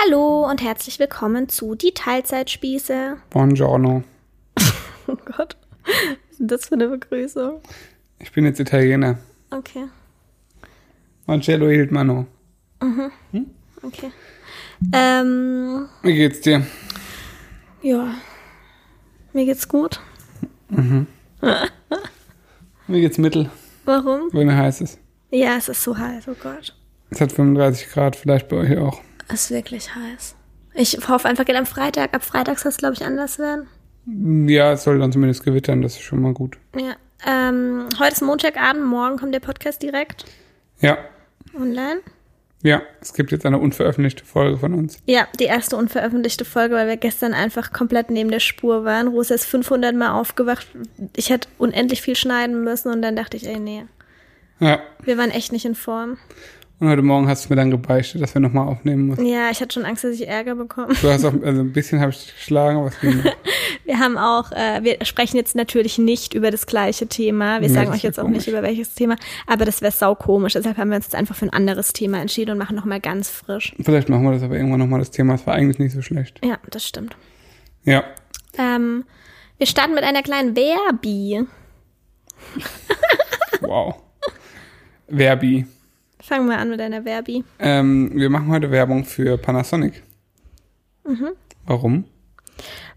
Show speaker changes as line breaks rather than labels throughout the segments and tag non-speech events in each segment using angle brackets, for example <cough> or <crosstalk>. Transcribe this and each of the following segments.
Hallo und herzlich willkommen zu Die Teilzeitspieße.
Buongiorno.
Oh Gott, was ist denn das für eine Begrüßung?
Ich bin jetzt Italiener.
Okay,
Marcello hielt Mano.
okay. Ähm,
Wie geht's dir?
ja. Mir geht's gut.
Mir geht's mittel,
Warum?
wenn er heiß ist.
Ja, es ist so heiß, oh Gott.
Es hat 35 Grad, vielleicht bei euch auch.
Es ist wirklich heiß. Ich hoffe einfach, geht am Freitag. Ab Freitag soll es, glaube ich, anders werden.
Ja, es soll dann zumindest gewittern, das ist schon mal gut.
Ja. Ähm, heute ist Montagabend, morgen kommt der Podcast direkt
Ja,
online.
ja, es gibt jetzt eine unveröffentlichte Folge von uns.
Ja, die erste unveröffentlichte Folge, weil wir gestern einfach komplett neben der Spur waren. Rosa ist 500 Mal aufgewacht. Ich hätte unendlich viel schneiden müssen und dann dachte ich, ey, nee.
Ja,
Wir waren echt nicht in Form.
und heute Morgen hast du mir dann gebeichtet, dass wir nochmal aufnehmen mussten.
Ja, ich hatte schon Angst, dass ich Ärger bekomme. <laughs>
Du hast auch, also ein bisschen habe ich dich geschlagen, aber es ging. noch.
Wir haben auch, äh, wir sprechen jetzt natürlich nicht über das gleiche Thema. Wir
Nee,
sagen
das
euch
wär
jetzt auch
komisch.
nicht über welches Thema, aber das wäre sau komisch. Deshalb haben wir uns jetzt einfach für ein anderes Thema entschieden und machen nochmal ganz frisch.
Vielleicht machen wir das aber irgendwann nochmal, das Thema. Es war eigentlich nicht so schlecht.
Ja, das stimmt.
Ja,
Ähm, wir starten mit einer kleinen Werbi.
wow. Werbi.
Fangen wir an mit einer Werbi.
Ähm, wir machen heute Werbung für Panasonic. Warum?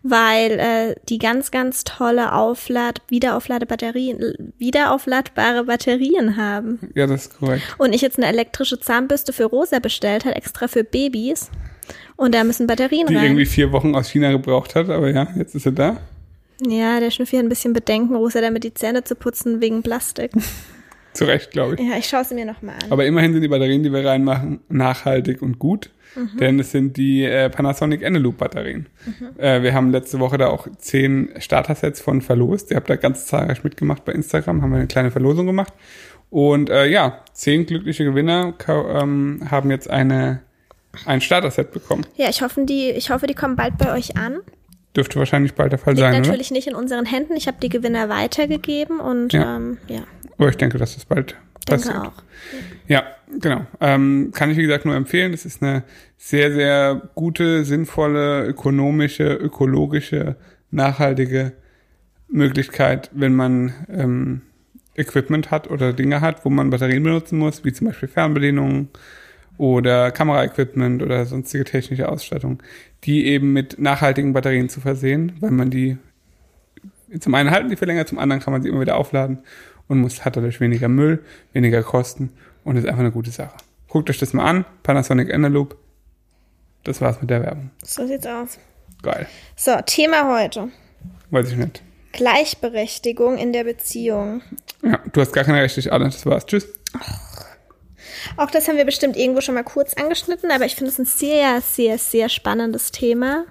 weil äh, die ganz, ganz tolle Auflad-, Wiederaufladebatterien, wiederaufladbare Batterien haben.
Ja, das ist korrekt.
Und ich jetzt eine elektrische Zahnbürste für Rosa bestellt hat, extra für Babys. Und da müssen Batterien
die irgendwie
rein.
vier Wochen aus China gebraucht hat, aber ja, jetzt ist sie da.
Ja, der Schnüffi hat ein bisschen Bedenken, Rosa damit die Zähne zu putzen wegen Plastik.
Zu Recht, glaube ich.
Ja, ich schaue sie mir nochmal an.
Aber immerhin sind die Batterien, die wir reinmachen, nachhaltig und gut, denn es sind die äh, Panasonic Eneloop Batterien. Äh, wir haben letzte Woche da auch zehn Starter-Sets von verlost. Ihr habt da ganz zahlreich mitgemacht bei Instagram, haben wir eine kleine Verlosung gemacht. Und äh, ja, zehn glückliche Gewinner ka- ähm, haben jetzt eine, ein Starter-Set bekommen.
Ja, ich hoffe, die, ich hoffe, die kommen bald bei euch an.
Dürfte wahrscheinlich bald der Fall
Liegt
sein, oder?
natürlich nicht in unseren Händen. Ich habe die Gewinner weitergegeben und ja,
Ja.
ähm, ja
Aber ich denke, dass das bald
denke
passiert.
auch.
Ja, genau. Ähm, kann ich, wie gesagt, nur empfehlen. Das ist eine sehr, sehr gute, sinnvolle, ökonomische, ökologische, nachhaltige Möglichkeit, wenn man ähm, Equipment hat oder Dinge hat, wo man Batterien benutzen muss, wie zum Beispiel Fernbedienungen oder Kameraequipment oder sonstige technische Ausstattung, die eben mit nachhaltigen Batterien zu versehen, weil man die zum einen halten die für länger, zum anderen kann man sie immer wieder aufladen und muss, hat dadurch weniger Müll, weniger Kosten und ist einfach eine gute Sache. Guckt euch das mal an, Panasonic Eneloop. Das war's mit der Werbung.
So sieht's aus.
Geil.
So, Thema heute.
Weiß ich nicht.
Gleichberechtigung in der Beziehung.
Ja, du hast gar keine Rechte, ich alle. Das war's. Tschüss.
Auch das haben wir bestimmt irgendwo schon mal kurz angeschnitten, aber ich finde es ein sehr, sehr, sehr spannendes Thema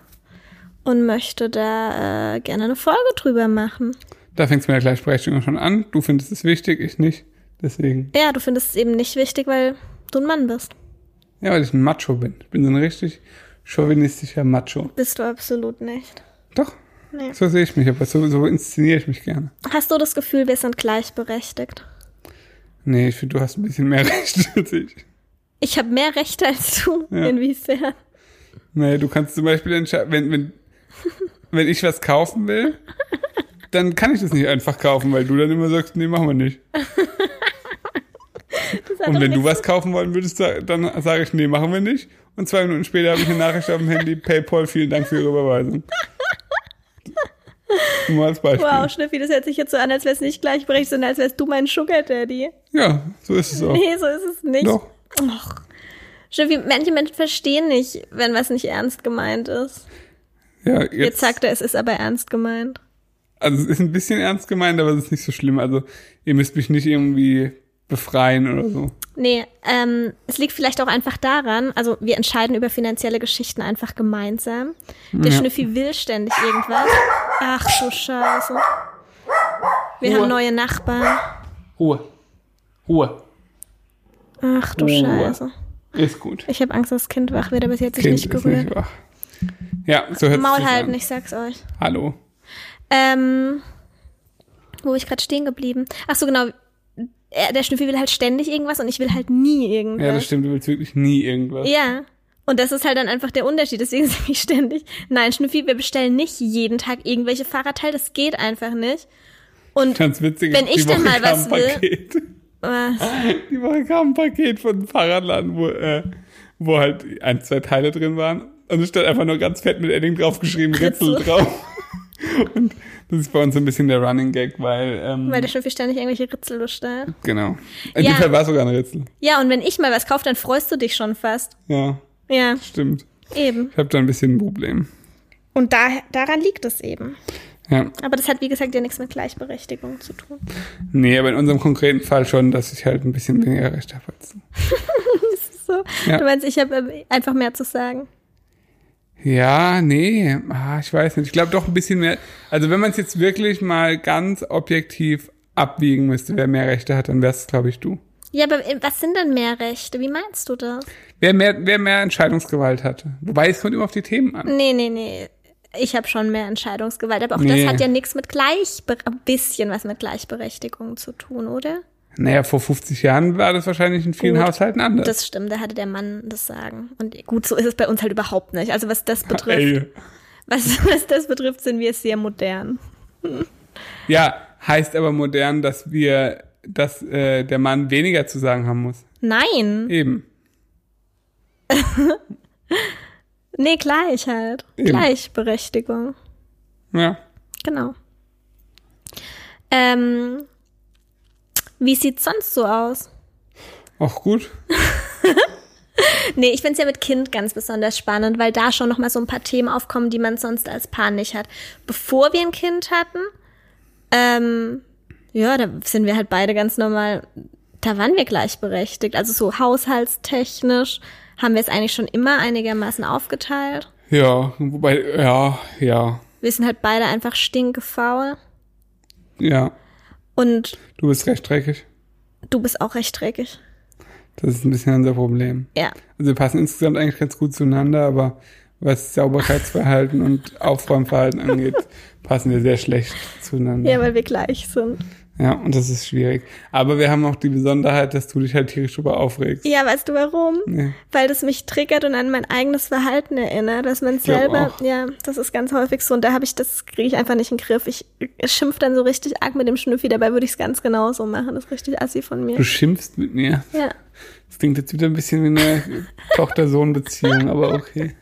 und möchte da äh, gerne eine Folge drüber machen.
Da fängt's mit der Gleichberechtigung schon an. Du findest es wichtig, ich nicht. Deswegen.
Ja, du findest es eben nicht wichtig, weil du ein Mann bist.
Ja, weil ich ein Macho bin. Ich bin so ein richtig chauvinistischer Macho.
Bist du absolut nicht.
Doch.
Nee.
So sehe ich mich, aber so, so inszeniere ich mich gerne.
Hast du das Gefühl, wir sind gleichberechtigt?
Nee, ich finde, du hast ein bisschen mehr <laughs> Rechte als ich.
Ich habe mehr Rechte als du.
Ja.
Inwiefern?
Naja, du kannst zum Beispiel entscheiden, wenn, wenn, wenn ich was kaufen will, dann kann ich das nicht einfach kaufen, weil du dann immer sagst, nee, machen wir nicht.
Das hat
Und
doch
wenn du
nichts-
was kaufen wollen würdest, sa- dann sage ich, nee, machen wir nicht. Und zwei Minuten später habe ich eine Nachricht auf dem Handy, PayPal, vielen Dank für Ihre Überweisung. Nur als Beispiel.
Wow, Schniffi, das hört sich jetzt so an, als wär's nicht gleichberechtigt, sondern als wärst du mein Sugar Daddy.
Ja, so ist es auch.
Nee, so ist es nicht.
Doch.
Och. Schon wie manche Menschen verstehen nicht, wenn was nicht ernst gemeint ist.
Ja, jetzt,
Jetzt sagt er, es ist aber ernst gemeint.
Also es ist ein bisschen ernst gemeint, aber es ist nicht so schlimm. Also ihr müsst mich nicht irgendwie befreien oder so.
Nee, ähm, es liegt vielleicht auch einfach daran, also wir entscheiden über finanzielle Geschichten einfach gemeinsam. Der
Ja.
Schnüffi will ständig irgendwas. Ach du Scheiße. Wir
Ruhe.
haben neue Nachbarn.
Ruhe. Ruhe.
Ach du
Ruhe.
Scheiße.
Ist gut.
Ich habe Angst, dass das Kind wach wird, aber sie hat sich
Kind
nicht
ist
gerührt.
nicht wach. Ja, so hört
Maul
sich
halten,
an.
ich sag's euch.
Hallo.
Ähm, wo bin ich gerade stehen geblieben? Ach so, genau. Er- Der Schnüffi will halt ständig irgendwas und ich will halt nie
Ja, das
irgendwas.
stimmt, du willst wirklich nie irgendwas.
Ja. Und das ist halt dann einfach der Unterschied. Deswegen <laughs> sage ich ständig, nein, Schnüffi, wir bestellen nicht jeden Tag irgendwelche Fahrradteile. Das geht einfach nicht.
<laughs>
Und
Ganz witzig,
Wenn
die
ich dann mal
Woche kam
was
ein
will-
Paket.
äh,
Die Woche kam ein Paket von einem Fahrradladen, wo, äh, wo halt ein, zwei Teile drin waren. Und es stand einfach nur ganz fett mit Edding draufgeschrieben, Ritzel
Ritzel.
drauf. <laughs> Und das ist bei uns so ein bisschen der Running Gag, weil, ähm,
weil der Schnüffi ständig irgendwelche Ritzel bestellt.
genau. In
Ja.
dem Fall war es sogar ein Ritzel.
Ja, und wenn ich mal was kaufe, dann freust du dich schon fast.
Ja,
Ja,
stimmt.
eben.
Ich habe da ein bisschen ein Problem.
Und da, daran liegt es eben.
Ja.
Aber das hat, wie gesagt, ja nichts mit Gleichberechtigung zu tun.
Nee, aber in unserem konkreten Fall schon, dass ich halt ein bisschen weniger Recht habe als du.
So,
Ja.
Du meinst, ich habe ähm, einfach mehr zu sagen.
Ja, nee, ah, ich weiß nicht. Ich glaube doch ein bisschen mehr. Also wenn man es jetzt wirklich mal ganz objektiv abwiegen müsste, wer mehr Rechte hat, dann wär's, glaube ich, du.
Ja, aber äh, was sind denn mehr Rechte? Wie meinst du das?
Wer mehr, wer mehr Entscheidungsgewalt hatte. Wobei es kommt immer auf die Themen an.
Nee, nee, nee. Ich habe schon mehr Entscheidungsgewalt, aber auch
Nee.
das hat ja nichts mit Gleichbe ein bisschen was mit Gleichberechtigung zu tun, oder?
Naja, vor 50 Jahren war das wahrscheinlich in vielen
Gut.
Haushalten anders.
Das stimmt, da hatte der Mann das Sagen. Und gut, so ist es bei uns halt überhaupt nicht. Also was das betrifft,
Ey.
was, <laughs> was das betrifft, sind wir sehr modern.
Ja, heißt aber modern, dass wir, dass äh, der Mann weniger zu sagen haben muss.
Nein.
Eben.
Nee, gleich halt.
Eben.
Gleichberechtigung.
Ja.
Genau. Ähm, wie sieht's sonst so aus?
Auch gut.
Nee, ich find's ja mit Kind ganz besonders spannend, weil da schon nochmal so ein paar Themen aufkommen, die man sonst als Paar nicht hat. Bevor wir ein Kind hatten, ähm, ja, da sind wir halt beide ganz normal, da waren wir gleichberechtigt. Also so haushaltstechnisch haben wir es eigentlich schon immer einigermaßen aufgeteilt.
Ja, wobei, ja, ja,
Wir sind halt beide einfach stinkgefaul
ja.
und
Du bist recht dreckig.
du bist auch recht dreckig.
Das ist ein bisschen unser Problem.
Ja.
Also wir passen insgesamt eigentlich ganz gut zueinander, aber was Sauberkeitsverhalten und Aufräumverhalten angeht, passen wir sehr schlecht zueinander.
Ja, weil wir gleich sind.
Ja, und das ist schwierig. Aber wir haben auch die Besonderheit, dass du dich halt tierisch drüber aufregst.
Ja, weißt du warum?
Nee.
Weil das mich triggert und an mein eigenes Verhalten erinnert, dass man
glaub
selber,
auch.
ja, das ist ganz häufig so und da habe ich das kriege ich einfach nicht in den Griff. Ich schimpf dann so richtig arg mit dem Schnüffi, dabei würde ich es ganz genau so machen. Das ist richtig assi von
Du
mir.
schimpfst mit mir.
Ja.
Das klingt jetzt wieder ein bisschen wie eine Tochter-Sohn-Beziehung, aber okay.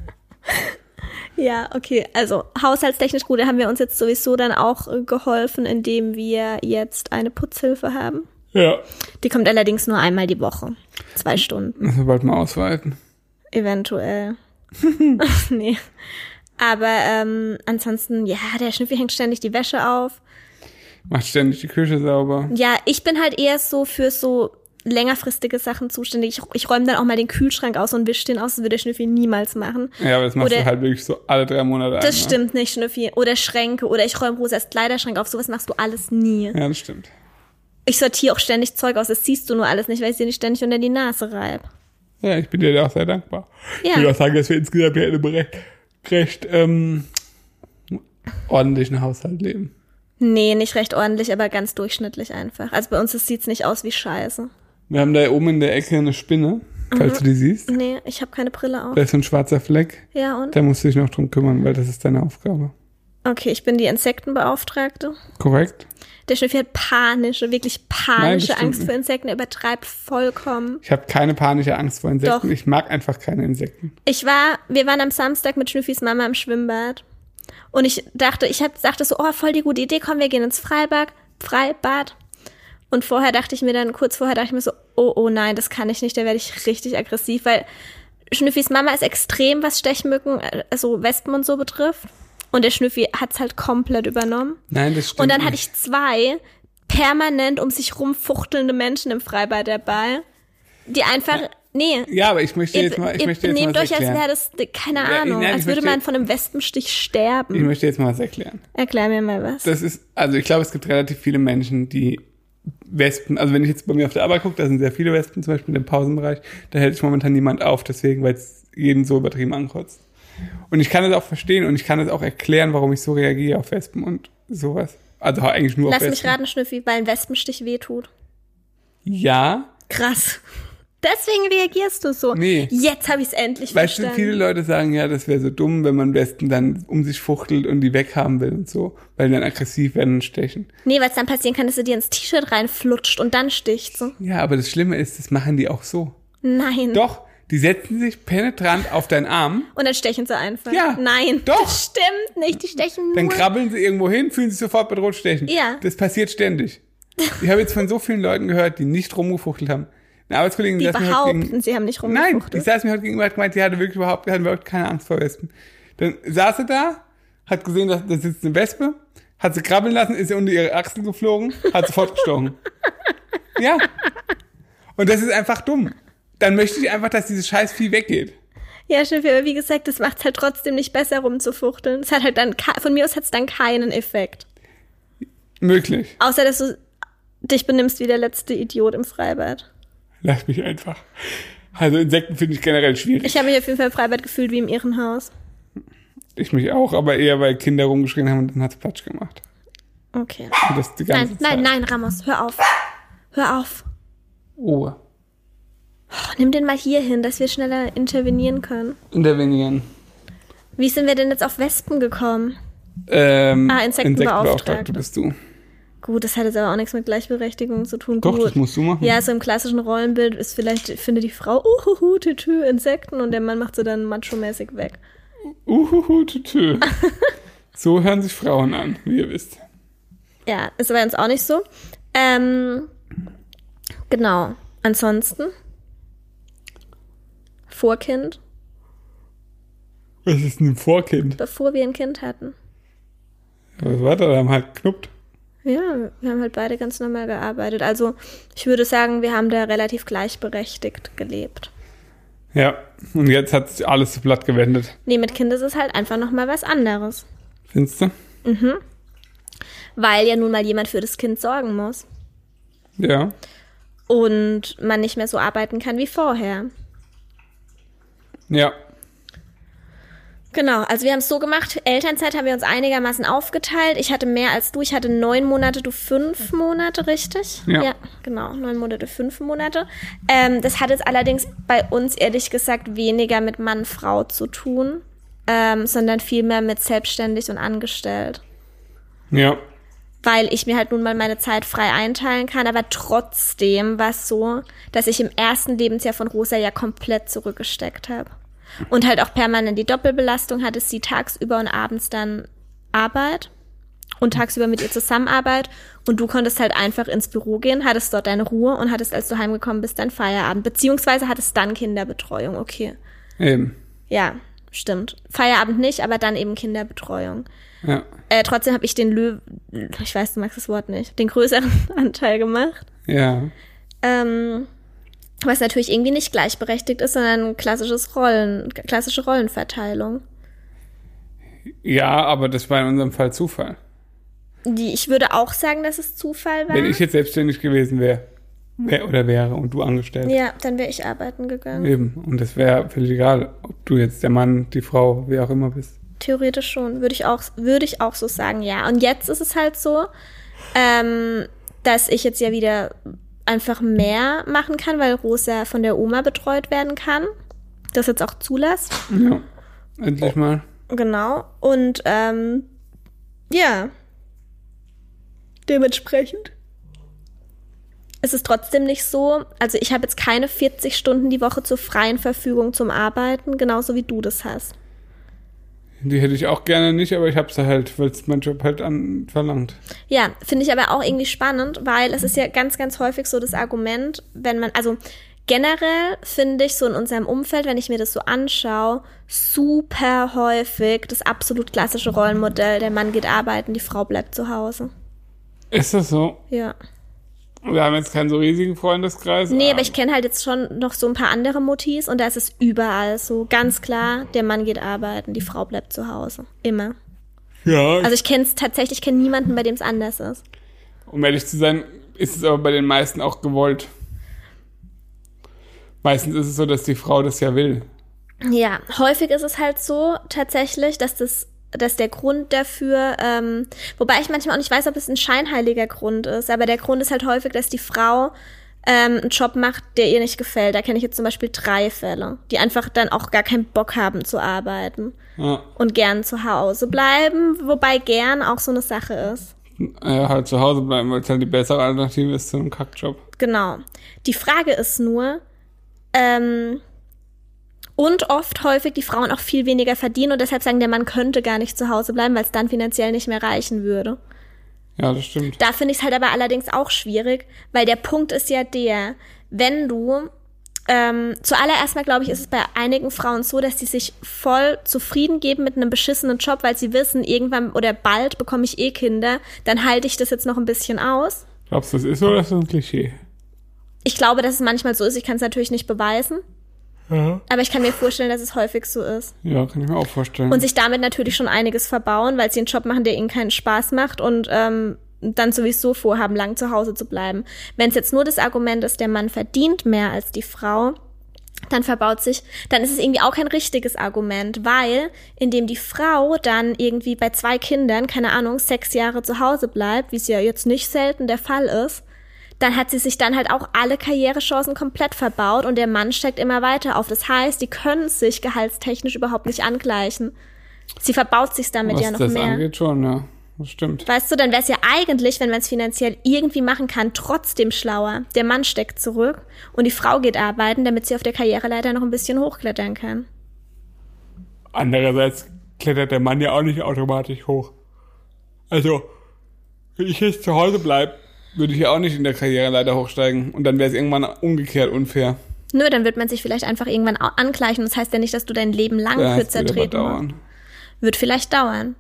Ja, okay. Also haushaltstechnisch gut, da haben wir uns jetzt sowieso dann auch äh, geholfen, indem wir jetzt eine Putzhilfe haben.
Ja.
Die kommt allerdings nur einmal die Woche. Zwei Stunden.
Müssen wir bald mal ausweiten.
Eventuell. nee. Aber ähm, ansonsten, ja, der Schnüffi hängt ständig die Wäsche auf.
Macht ständig die Küche sauber.
Ja, ich bin halt eher so für so längerfristige Sachen zuständig. Ich, ich räume dann auch mal den Kühlschrank aus und wische den aus. Das würde der Schnüffi niemals machen.
Ja, aber das machst du
Oder-
halt wirklich so alle drei Monate
Das
einmal.
stimmt nicht, Schnüffi. Oder Schränke. Oder ich räume Rosas Kleiderschrank auf. Sowas machst du alles nie.
Ja, das stimmt.
Ich sortiere auch ständig Zeug aus. Das siehst du nur alles nicht, weil ich dir nicht ständig unter die Nase reibe.
Ja, ich bin dir da auch sehr dankbar.
Ja.
Ich würde auch sagen, dass wir insgesamt ja in einem recht, recht ähm, ordentlichen Haushalt leben.
Nee, nicht recht ordentlich, aber ganz durchschnittlich einfach. Also bei uns sieht es nicht aus wie Scheiße.
Wir haben da oben in der Ecke eine Spinne,
Mhm.
falls du die siehst.
Nee, ich habe keine Brille auf.
Da ist so ein schwarzer Fleck.
Ja, und?
Da musst du dich noch drum kümmern, weil das ist deine Aufgabe.
Okay, ich bin die Insektenbeauftragte.
Korrekt?
Der Schnüffel hat panische, wirklich panische
Nein, das stimmt
Angst vor Insekten. Er übertreibt vollkommen.
Ich habe keine panische Angst vor Insekten.
Doch.
Ich mag einfach keine Insekten.
Ich war, wir waren am Samstag mit Schnüffis Mama im Schwimmbad. Und ich dachte, ich hab, dachte so, oh, voll die gute Idee, komm, wir gehen ins Freibad, Freibad. Und vorher dachte ich mir dann, kurz vorher dachte ich mir so, oh, oh nein, das kann ich nicht, da werde ich richtig aggressiv, weil Schnüffis Mama ist extrem, was Stechmücken, äh, also Wespen und so betrifft. Und der Schnüffi hat's halt komplett übernommen.
Nein, das stimmt.
Und dann hatte
nicht.
ich zwei permanent um sich rumfuchtelnde Menschen im Freibad dabei, die einfach, nee,
Ja, aber ich möchte jetzt mal, ich
ihr
möchte jetzt mal
benehmt
was
euch, als wäre
erklären.
das, keine
Ja, ich-
Ahnung,
nein, ich
als würde
möchte-
man von einem Wespenstich
Ich
sterben.
möchte jetzt mal was erklären.
Erklär mir mal was.
Das ist, also ich glaube, es gibt relativ viele Menschen, die Wespen, also wenn ich jetzt bei mir auf der Arbeit gucke, da sind sehr viele Wespen, zum Beispiel im Pausenbereich, da hält sich momentan niemand auf, deswegen, weil es jeden so übertrieben ankreuzt. Und ich kann das auch verstehen und ich kann das auch erklären, warum ich so reagiere auf Wespen und sowas. Also eigentlich nur
Lass
auf
mich
Wespen.
raten, Schnüffi, weil ein Wespenstich wehtut.
Ja,
Krass. Deswegen reagierst du so.
Nee.
Jetzt habe ich es endlich
Weißt du,
verstanden.
viele Leute sagen ja, das wäre so dumm, wenn man am besten dann um sich fuchtelt und die weghaben will und so, weil die dann aggressiv werden und stechen.
nee, weil es dann passieren kann, dass du dir ins T-Shirt reinflutscht und dann stichst. So.
Ja, aber das Schlimme ist, das machen die auch so.
Nein.
Doch, die setzen sich penetrant auf deinen Arm,
Und dann stechen sie einfach.
Ja,
Nein.
doch.
Das stimmt nicht. Die stechen
dann
nur.
krabbeln sie irgendwo hin, fühlen sich sofort bedroht stechen.
Ja.
Das passiert ständig. Ich habe jetzt von so vielen Leuten gehört, die nicht rumgefuchtelt haben. Eine Arbeitskollegin
die
saß mir heute gegen-
behaupten, sie haben nicht
Nein, die
rumgefuchtelt.
saß mir heute gegenüber und gemeint, die hatte wirklich überhaupt, hatte überhaupt keine Angst vor Wespen. Dann saß sie da, hat gesehen, dass da sitzt eine Wespe, hat sie krabbeln lassen, ist ihr unter ihre Achsel geflogen, hat
<laughs>
sofort gestochen. ja. Und das ist einfach dumm. Dann möchte ich einfach, dass dieses scheiß Vieh weggeht.
Ja, Steffi, aber wie gesagt, das macht's halt trotzdem nicht besser rumzufuchteln. Es hat halt dann, ke- von mir aus hat's dann keinen Effekt.
Möglich.
Außer, dass du dich benimmst wie der letzte Idiot im Freibad.
Lass mich einfach. Also Insekten finde ich generell schwierig.
Ich habe mich auf jeden Fall im Freibad gefühlt wie im Irrenhaus.
Ich mich auch, aber eher, weil Kinder rumgeschrien haben und dann hat's Platsch gemacht.
Okay.
Und das die ganze
Nein,
Zeit.
nein, nein, Ramos, hör auf. Hör auf.
Ruhe.
Oh, nimm den mal hier hin, dass wir schneller intervenieren können.
Intervenieren.
Wie sind wir denn jetzt auf Wespen gekommen?
Ähm,
Ah, Insektenbeauftragte.
Insektenbeauftragte bist du.
Gut, das hat jetzt aber auch nichts mit Gleichberechtigung zu tun.
Doch,
Gut.
das musst du machen.
Ja, so im klassischen Rollenbild ist vielleicht, findet die Frau, uhuhu, tütü, Insekten und der Mann macht sie dann macho-mäßig weg.
Uhuhu, tütü. <laughs> so hören sich Frauen an, wie ihr wisst.
Ja, ist bei uns auch nicht so. Ähm, genau. Ansonsten. Vorkind,
Was ist denn ein Vorkind?
bevor wir ein Kind hatten.
Was war da? Da haben halt geknuppt.
Ja, wir haben halt beide ganz normal gearbeitet. Also ich würde sagen, wir haben da relativ gleichberechtigt gelebt.
Ja, und jetzt hat sich alles zu Blatt gewendet.
Nee, mit Kind ist es halt einfach nochmal was anderes.
Findest du?
Weil ja nun mal jemand für das Kind sorgen muss.
Ja.
Und man nicht mehr so arbeiten kann wie vorher.
Ja.
Genau, also wir haben es so gemacht, Elternzeit haben wir uns einigermaßen aufgeteilt. Ich hatte mehr als du, ich hatte neun Monate, du fünf Monate, richtig?
Ja.
genau, neun Monate, fünf Monate. Ähm, das hat jetzt allerdings bei uns ehrlich gesagt weniger mit Mann-Frau zu tun, ähm, sondern vielmehr mit selbstständig und angestellt.
Ja.
Weil ich mir halt nun mal meine Zeit frei einteilen kann, aber trotzdem war es so, dass ich im ersten Lebensjahr von Rosa ja komplett zurückgesteckt habe. Und halt auch permanent die Doppelbelastung hatte sie tagsüber und abends dann Arbeit und tagsüber mit ihr Zusammenarbeit. Und du konntest halt einfach ins Büro gehen, hattest dort deine Ruhe und hattest, als du heimgekommen bist, dein Feierabend. Beziehungsweise hattest dann Kinderbetreuung, okay.
Eben.
Ja, stimmt. Feierabend nicht, aber dann eben Kinderbetreuung.
Ja.
Äh, trotzdem habe ich den Löw, ich weiß, du magst das Wort nicht, den größeren <laughs> Anteil gemacht.
Ja.
Ähm, was natürlich irgendwie nicht gleichberechtigt ist, sondern ein klassisches Rollen, klassische Rollenverteilung.
Ja, aber das war in unserem Fall Zufall.
Die, ich würde auch sagen, dass es Zufall war.
Wenn ich jetzt selbstständig gewesen wäre, wär oder wäre und du angestellt.
ja, dann wäre ich arbeiten gegangen.
Eben. Und das wäre völlig egal, ob du jetzt der Mann, die Frau, wer auch immer bist.
Theoretisch schon, würde ich auch, würde ich auch so sagen, ja. Und jetzt ist es halt so, ähm, dass ich jetzt ja wieder einfach mehr machen kann, weil Rosa von der Oma betreut werden kann. Das jetzt auch zulässt.
Ja. Endlich mal.
Genau. Und ähm, ja. Dementsprechend. Es ist trotzdem nicht so, also ich habe jetzt keine 40 Stunden die Woche zur freien Verfügung zum Arbeiten, genauso wie du das hast.
Die hätte ich auch gerne nicht, aber ich habe sie halt, weil es mein Job halt an, verlangt.
Ja, finde ich aber auch irgendwie spannend, weil es ist ja ganz, ganz häufig so das Argument, wenn man, also generell finde ich so in unserem Umfeld, wenn ich mir das so anschaue, super häufig das absolut klassische Rollenmodell, der Mann geht arbeiten, die Frau bleibt zu Hause.
Ist das so?
Ja.
Wir haben jetzt keinen so riesigen Freundeskreis.
Nee, aber ich kenne halt jetzt schon noch so ein paar andere Motis und da ist es überall so. Ganz klar, der Mann geht arbeiten, die Frau bleibt zu Hause. Immer.
Ja,
Also ich kenne es tatsächlich, ich kenne niemanden, bei dem es anders ist.
um ehrlich zu sein, ist es aber bei den meisten auch gewollt. Meistens ist es so, dass die Frau das ja will.
Ja, häufig ist es halt so tatsächlich, dass das dass der Grund dafür, ähm, wobei ich manchmal auch nicht weiß, ob es ein scheinheiliger Grund ist, aber der Grund ist halt häufig, dass die Frau ähm, einen Job macht, der ihr nicht gefällt. Da kenne ich jetzt zum Beispiel drei Fälle, die einfach dann auch gar keinen Bock haben zu arbeiten
Ja.
und gern zu Hause bleiben, wobei gern auch so eine Sache ist.
Äh, halt zu Hause bleiben, weil es halt die bessere Alternative ist zu einem Kackjob.
Genau. Die Frage ist nur, ähm, und oft häufig die Frauen auch viel weniger verdienen und deshalb sagen, der Mann könnte gar nicht zu Hause bleiben, weil es dann finanziell nicht mehr reichen würde.
Ja, das stimmt.
Da finde ich es halt aber allerdings auch schwierig, weil der Punkt ist ja der, wenn du ähm, zuallererst mal, glaube ich, ist es bei einigen Frauen so, dass sie sich voll zufrieden geben mit einem beschissenen Job, weil sie wissen, irgendwann oder bald bekomme ich eh Kinder, dann halte ich das jetzt noch ein bisschen aus.
Glaubst du, das ist so oder ist das ein Klischee?
Ich glaube, dass es manchmal so ist, ich kann es natürlich nicht beweisen,
Ja.
aber ich kann mir vorstellen, dass es häufig so ist.
Ja, kann ich mir auch vorstellen.
Und sich damit natürlich schon einiges verbauen, weil sie einen Job machen, der ihnen keinen Spaß macht und ähm, dann sowieso vorhaben, lang zu Hause zu bleiben. Wenn es jetzt nur das Argument ist, der Mann verdient mehr als die Frau, dann verbaut sich, dann ist es irgendwie auch kein richtiges Argument, weil indem die Frau dann irgendwie bei zwei Kindern, keine Ahnung, sechs Jahre zu Hause bleibt, wie es ja jetzt nicht selten der Fall ist, dann hat sie sich dann halt auch alle Karrierechancen komplett verbaut und der Mann steckt immer weiter auf. Das heißt, die können sich gehaltstechnisch überhaupt nicht angleichen. Sie verbaut sich damit
Was
ja noch
das
mehr.
angeht, schon, ja. Das stimmt.
Weißt du, dann wäre es ja eigentlich, wenn man es finanziell irgendwie machen kann, trotzdem schlauer. Der Mann steckt zurück und die Frau geht arbeiten, damit sie auf der Karriereleiter noch ein bisschen hochklettern kann.
Andererseits klettert der Mann ja auch nicht automatisch hoch. Also, wenn ich jetzt zu Hause bleib, würde ich ja auch nicht in der Karriere leider hochsteigen. Und dann wäre es irgendwann umgekehrt unfair.
Nö, dann wird man sich vielleicht einfach irgendwann au- angleichen. Das heißt ja nicht, dass du dein Leben lang
Ja, das
kürzer
wird aber
treten ne? musst.
dauern.
Wird vielleicht dauern.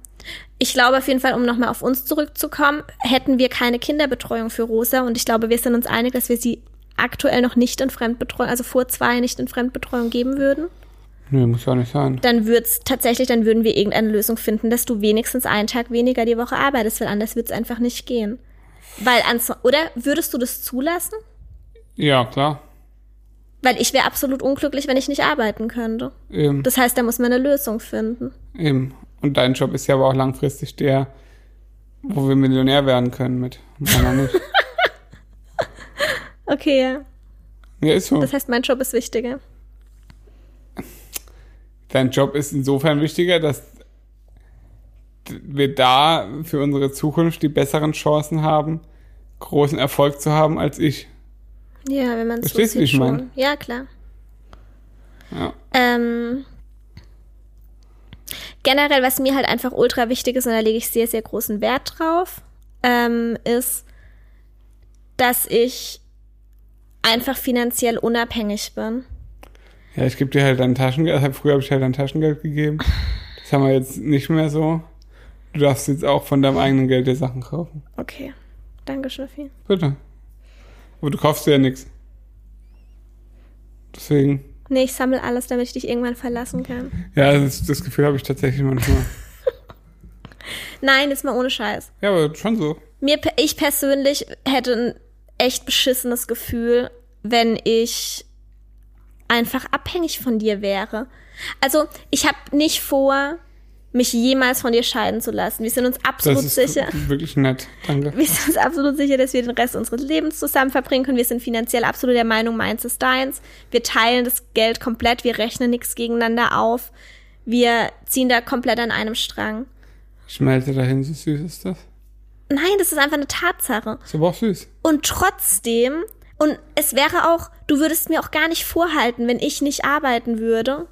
Ich glaube auf jeden Fall, um nochmal auf uns zurückzukommen, hätten wir keine Kinderbetreuung für Rosa und ich glaube, wir sind uns einig, dass wir sie aktuell noch nicht in Fremdbetreuung, also vor zwei nicht in Fremdbetreuung geben würden.
Nö, muss ja auch nicht sein.
dann wird's tatsächlich, dann würden wir irgendeine Lösung finden, dass du wenigstens einen Tag weniger die Woche arbeitest, weil anders wird's einfach nicht gehen. Weil ans oder würdest du das zulassen?
Ja, klar.
Weil ich wäre absolut unglücklich, wenn ich nicht arbeiten könnte.
Eben.
Das heißt, da muss man eine Lösung finden.
Eben. Und dein Job ist ja aber auch langfristig der, wo wir Millionär werden können mit. Meiner nicht.
<laughs> Okay, ja.
ja, ist so.
Das heißt, mein Job ist wichtiger.
Dein Job ist insofern wichtiger, dass wir da für unsere Zukunft die besseren Chancen haben, großen Erfolg zu haben als ich.
Ja, wenn man so
Verstehst du, wie
sieht
ich
schon.
mein?
Ja, klar.
Ja.
Ähm, generell, was mir halt einfach ultra wichtig ist, und da lege ich sehr, sehr großen Wert drauf, ähm, ist, dass ich einfach finanziell unabhängig bin.
Ja, ich gebe dir halt dein Taschengeld. Also früher habe ich halt dein Taschengeld gegeben. Das haben wir jetzt nicht mehr so. Du darfst jetzt auch von deinem eigenen Geld dir Sachen kaufen.
Okay. Danke, Schnuffi.
Bitte. Aber du kaufst dir ja nichts. Deswegen.
Nee, ich sammle alles, damit ich dich irgendwann verlassen kann.
Ja, das, das Gefühl habe ich tatsächlich manchmal.
Nein, jetzt mal ohne Scheiß.
ja, aber schon so.
Mir, pe- ich persönlich hätte ein echt beschissenes Gefühl, wenn ich einfach abhängig von dir wäre. Also, ich habe nicht vor, mich jemals von dir scheiden zu lassen. Wir sind uns
Das
absolut
ist
sicher. <laughs>
wirklich nett. Danke.
Wir sind uns absolut sicher, dass wir den Rest unseres Lebens zusammen verbringen können. Wir sind finanziell absolut der Meinung, meins ist deins. Wir teilen das Geld komplett. Wir rechnen nichts gegeneinander auf. Wir ziehen da komplett an einem Strang.
Schmelze dahin, so süß ist das.
Nein, das ist einfach eine Tatsache.
Ist aber auch süß.
Und trotzdem, und es wäre auch, du würdest mir auch gar nicht vorhalten, wenn ich nicht arbeiten würde.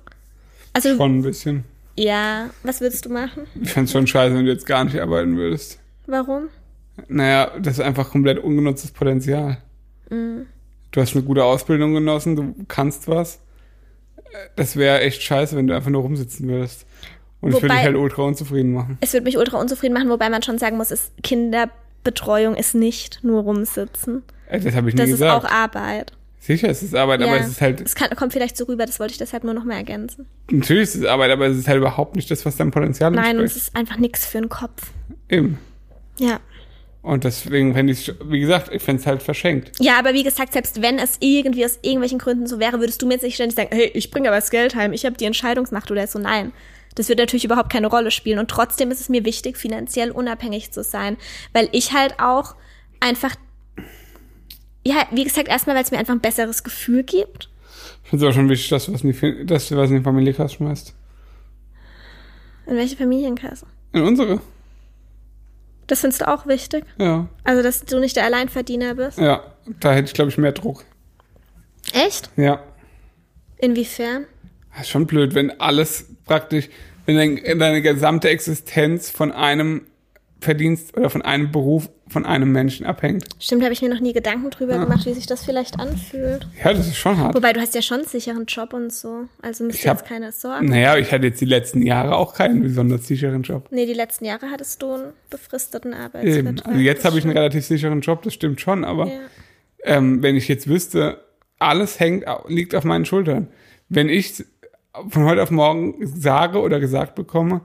Also,
Schon ein bisschen.
ja, was würdest du machen?
Ich fänd's schon scheiße, wenn du jetzt gar nicht arbeiten würdest.
Warum?
Naja, das ist einfach komplett ungenutztes Potenzial.
Mhm.
Du hast eine gute Ausbildung genossen, du kannst was. Das wäre echt scheiße, wenn du einfach nur rumsitzen würdest. Und ich würde
Wobei-
dich halt ultra unzufrieden machen.
Es würde mich ultra unzufrieden machen, wobei man schon sagen muss, ist, Kinderbetreuung ist nicht nur rumsitzen.
Äh, Das habe ich nie
Das ist
gesagt.
auch Arbeit.
Sicher, es ist Arbeit, aber es ist halt,
es kann, kommt vielleicht so rüber, das wollte ich deshalb nur noch mal ergänzen.
natürlich ist es Arbeit, aber es ist halt überhaupt nicht das, was deinem Potenzial
Nein, und es
entspricht.
ist einfach nichts für den Kopf.
Eben.
Ja.
Und deswegen fände ich wie gesagt, ich fände es halt verschenkt.
Ja, aber wie gesagt, selbst wenn es irgendwie aus irgendwelchen Gründen so wäre, würdest du mir jetzt nicht ständig sagen, hey, ich bringe aber das Geld heim, ich habe die Entscheidungsmacht oder so. Nein, das wird natürlich überhaupt keine Rolle spielen. Und trotzdem ist es mir wichtig, finanziell unabhängig zu sein, weil ich halt auch einfach ja, wie gesagt, erstmal, weil es mir einfach ein besseres Gefühl gibt.
Ich finde es auch schon wichtig, dass du was in die, dass du was in die Familienkasse schmeißt.
In welche Familienkasse?
In unsere.
Das findest du auch wichtig.
Ja.
Also, dass du nicht der Alleinverdiener bist.
Ja. Da hätte ich, glaube ich, mehr Druck.
Echt?
Ja.
Inwiefern?
Das ist schon blöd, wenn alles praktisch, wenn dein, deine gesamte Existenz von einem Verdienst oder von einem Beruf, von einem Menschen abhängt.
Stimmt, habe ich mir noch nie Gedanken drüber gemacht, wie sich das vielleicht anfühlt.
Ja, das ist schon hart.
Wobei, du hast ja schon einen sicheren Job und so. Also müsst
Ich
ihr
hab-
jetzt keine Sorgen.
Naja, ich hatte jetzt die letzten Jahre auch keinen besonders sicheren Job.
Nee, die letzten Jahre hattest du einen befristeten
Eben.
Arbeitsvertrag.
Also jetzt habe ich einen
einen
relativ sicheren Job, das stimmt schon, aber
ja.
ähm, wenn ich jetzt wüsste, alles hängt, liegt auf meinen Schultern. Wenn ich von heute auf morgen sage oder gesagt bekomme,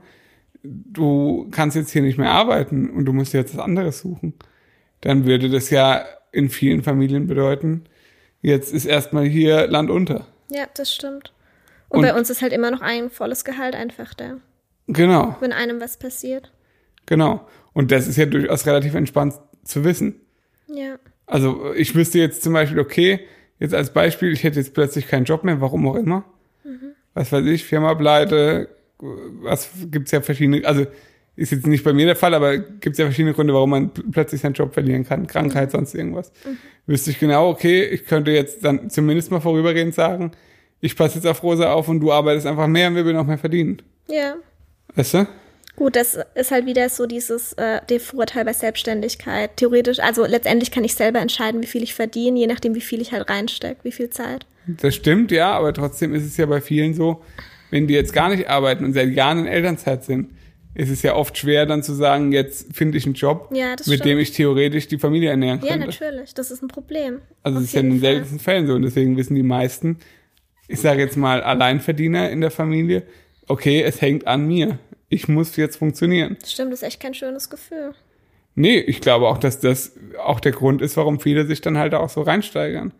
du kannst jetzt hier nicht mehr arbeiten und du musst dir jetzt was anderes suchen, dann würde das ja in vielen Familien bedeuten, jetzt ist erstmal hier Land unter.
ja, das stimmt. Und,
Und-
bei uns ist halt immer noch ein volles Gehalt einfach da,
Genau,
wenn einem was passiert.
genau. Und das ist ja durchaus relativ entspannt zu wissen.
Ja.
Also ich wüsste jetzt zum Beispiel, okay, jetzt als Beispiel, ich hätte jetzt plötzlich keinen Job mehr, warum auch immer. Was weiß ich, Firma pleite, was gibt's ja verschiedene, also ist jetzt nicht bei mir der Fall, aber gibt's ja verschiedene Gründe, warum man pl- plötzlich seinen Job verlieren kann, Krankheit, sonst irgendwas. Wüsste ich genau, okay, ich könnte jetzt dann zumindest mal vorübergehend sagen, ich passe jetzt auf Rosa auf und du arbeitest einfach mehr und wir würden auch mehr verdienen.
Ja.
Weißt du?
Gut, das ist halt wieder so dieses äh, der Vorteil bei Selbstständigkeit. Theoretisch, also letztendlich kann ich selber entscheiden, wie viel ich verdiene, je nachdem, wie viel ich halt reinstecke, wie viel Zeit.
Das stimmt, ja, aber trotzdem ist es ja bei vielen so, wenn die jetzt gar nicht arbeiten und seit Jahren in Elternzeit sind, ist es ja oft schwer dann zu sagen, jetzt finde ich einen Job,
Ja, das
mit
stimmt.
dem ich theoretisch die Familie ernähren
Ja,
könnte.
natürlich. Das ist ein Problem.
also
Auf
es ist ja in
jeden
den
Fall.
seltensten Fällen so und deswegen wissen die meisten, ich sage jetzt mal Alleinverdiener in der Familie, okay, es hängt an mir. Ich muss jetzt funktionieren.
Stimmt, das ist echt kein schönes Gefühl.
Nee, ich glaube auch, dass das auch der Grund ist, warum viele sich dann halt auch so reinsteigern.